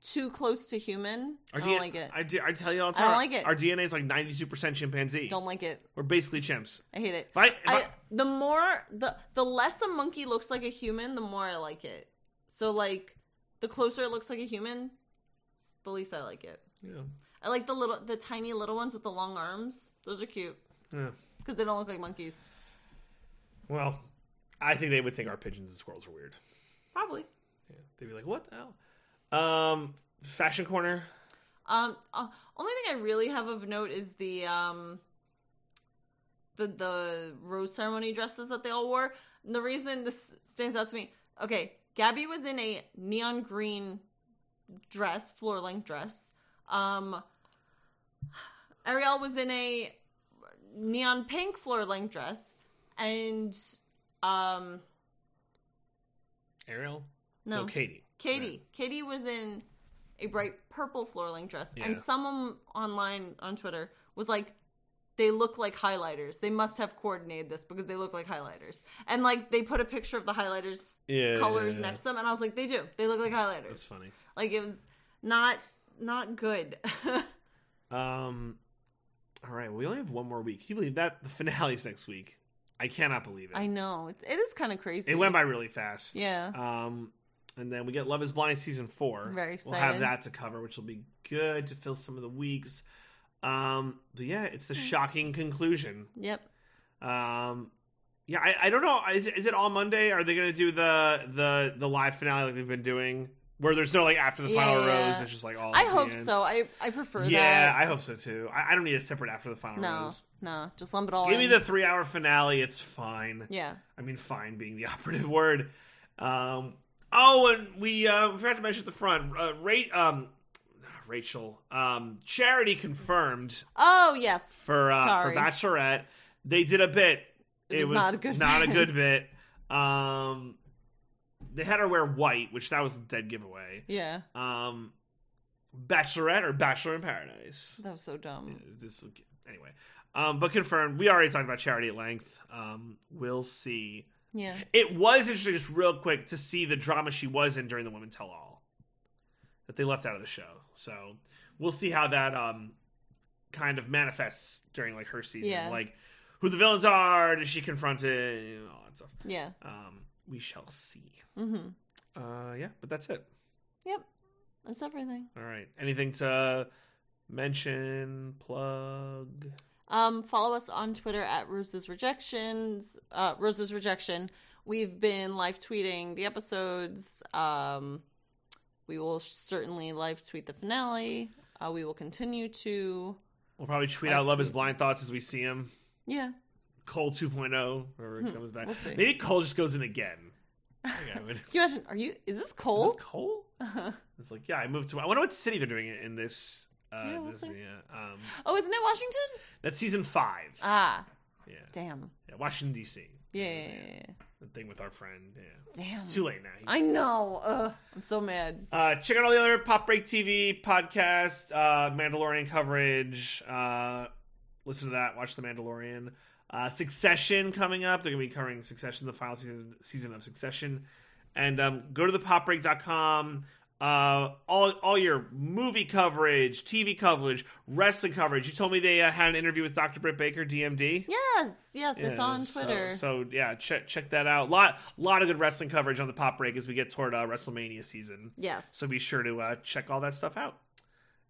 too close to human. I Our don't DNA like it. I, do, I tell you all the I time. don't like it. Our DNA is like 92% chimpanzee. don't like it. We're basically chimps. I hate it. If I, if I, I- the more the the less a monkey looks like a human, the more I like it. So like the closer it looks like a human, the least I like it. yeah. I like the little the tiny little ones with the long arms. Those are cute Yeah. because they don't look like monkeys. Well, I think they would think our pigeons and squirrels are weird. Probably. Yeah. They'd be like, what the hell? Um, fashion corner. Um, uh, only thing I really have of note is the um, the the rose ceremony dresses that they all wore. And the reason this stands out to me, okay, Gabby was in a neon green dress, floor length dress. Um, Ariel was in a neon pink floor length dress, and um, Ariel? no, Katie. Katie. Right. Katie was in a bright purple floor length dress, Yeah. and someone online on Twitter was like, "They look like highlighters. They must have coordinated this because they look like highlighters." And like they put a picture of the highlighters Yeah. colors next to them, and I was like, "They do. They look like highlighters." That's funny. Like it was not not good. Um, all right. We only have one more week. Can you believe that? The finale's next week. I cannot believe it. I know it, it is kind of crazy. It went by really fast. Yeah. Um, and then we get Love Is Blind season four. Very We'll have excited. that to cover, which will be good to fill some of the weeks. Um, but yeah, it's Hmm. the shocking conclusion. Yep. Um, yeah, I, I don't know. Is, it- is it all Monday? Are they going to do the the the live finale like they've been doing, where there's no like after the Yeah, final yeah. rose? It's just like all. I at the hope end? so. I I prefer Yeah, that. I hope so too. I, I don't need a separate after the final no, rose. no, just lump it all. Give me in. the three hour finale. It's fine. yeah. I mean, fine being the operative word. Um, oh, and we uh, forgot to mention at the front. Uh, rate um, Rachel. Um, Charity confirmed Oh yes. for uh, for Sorry. Bachelorette. They did a bit. It was not a good not a bit. good bit. Um, they had her wear white, which that was a dead giveaway. Yeah. Um, Bachelorette or Bachelor in Paradise. That was so dumb. This is- anyway, um, but confirmed. We already talked about Charity at length. Um, we'll see. Yeah. It was interesting, just real quick, to see the drama she was in during the Women Tell All that they left out of the show. So we'll see how that um kind of manifests during like her season, Yeah. like who the villains are, does she confront it, you know, all that stuff. Yeah. Um, we shall see. Mm-hmm. Uh, yeah, but that's it. Yep. That's everything. All right, anything to mention, plug? Um, follow us on Twitter at Rose's Rejections. Uh, Rose's Rejection. We've been live tweeting the episodes. Um, we will certainly live tweet the finale. Uh, we will continue to. We'll probably tweet Like out love is tweet. blind thoughts as we see him. Yeah. Cole 2.0, whenever it comes back. Hmm. we'll see. Maybe Cole just goes in again. I think I would. Can you imagine? Are you? Is this cold? Is this Cole? It's like, yeah, I moved to. I wonder what city they're doing it in this. Uh, Yeah, we'll this see. yeah, um, oh, isn't it Washington? that's season five. Ah, yeah. damn. yeah, Washington D.C. Yeah, yeah, yeah, yeah. The thing with our friend. Yeah, Damn. it's too late now. I know. Ugh, I'm so mad. Uh, check out all the other Pop Break TV podcast, uh, Mandalorian coverage. Uh, listen to that. Watch The Mandalorian. Uh, Succession coming up. They're going to be covering Succession, the final season, season of Succession. And um, go to thepopbreak.com. Uh, all all your movie coverage, TV coverage, wrestling coverage. You told me they uh, had an interview with Dr. Britt Baker, DMD. Yes, yes. I saw on so- Twitter. So, yeah, check check that out. Lot lot of good wrestling coverage on the Pop Break as we get toward uh, WrestleMania season. yes. So be sure to uh, check all that stuff out.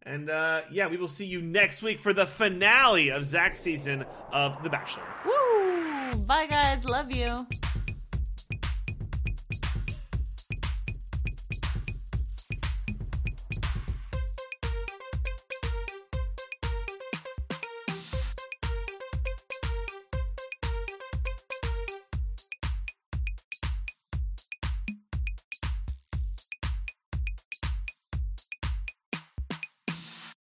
And uh, yeah, we will see you next week for the finale of Zach's season of The Bachelor. Woo! Bye, guys. Love you.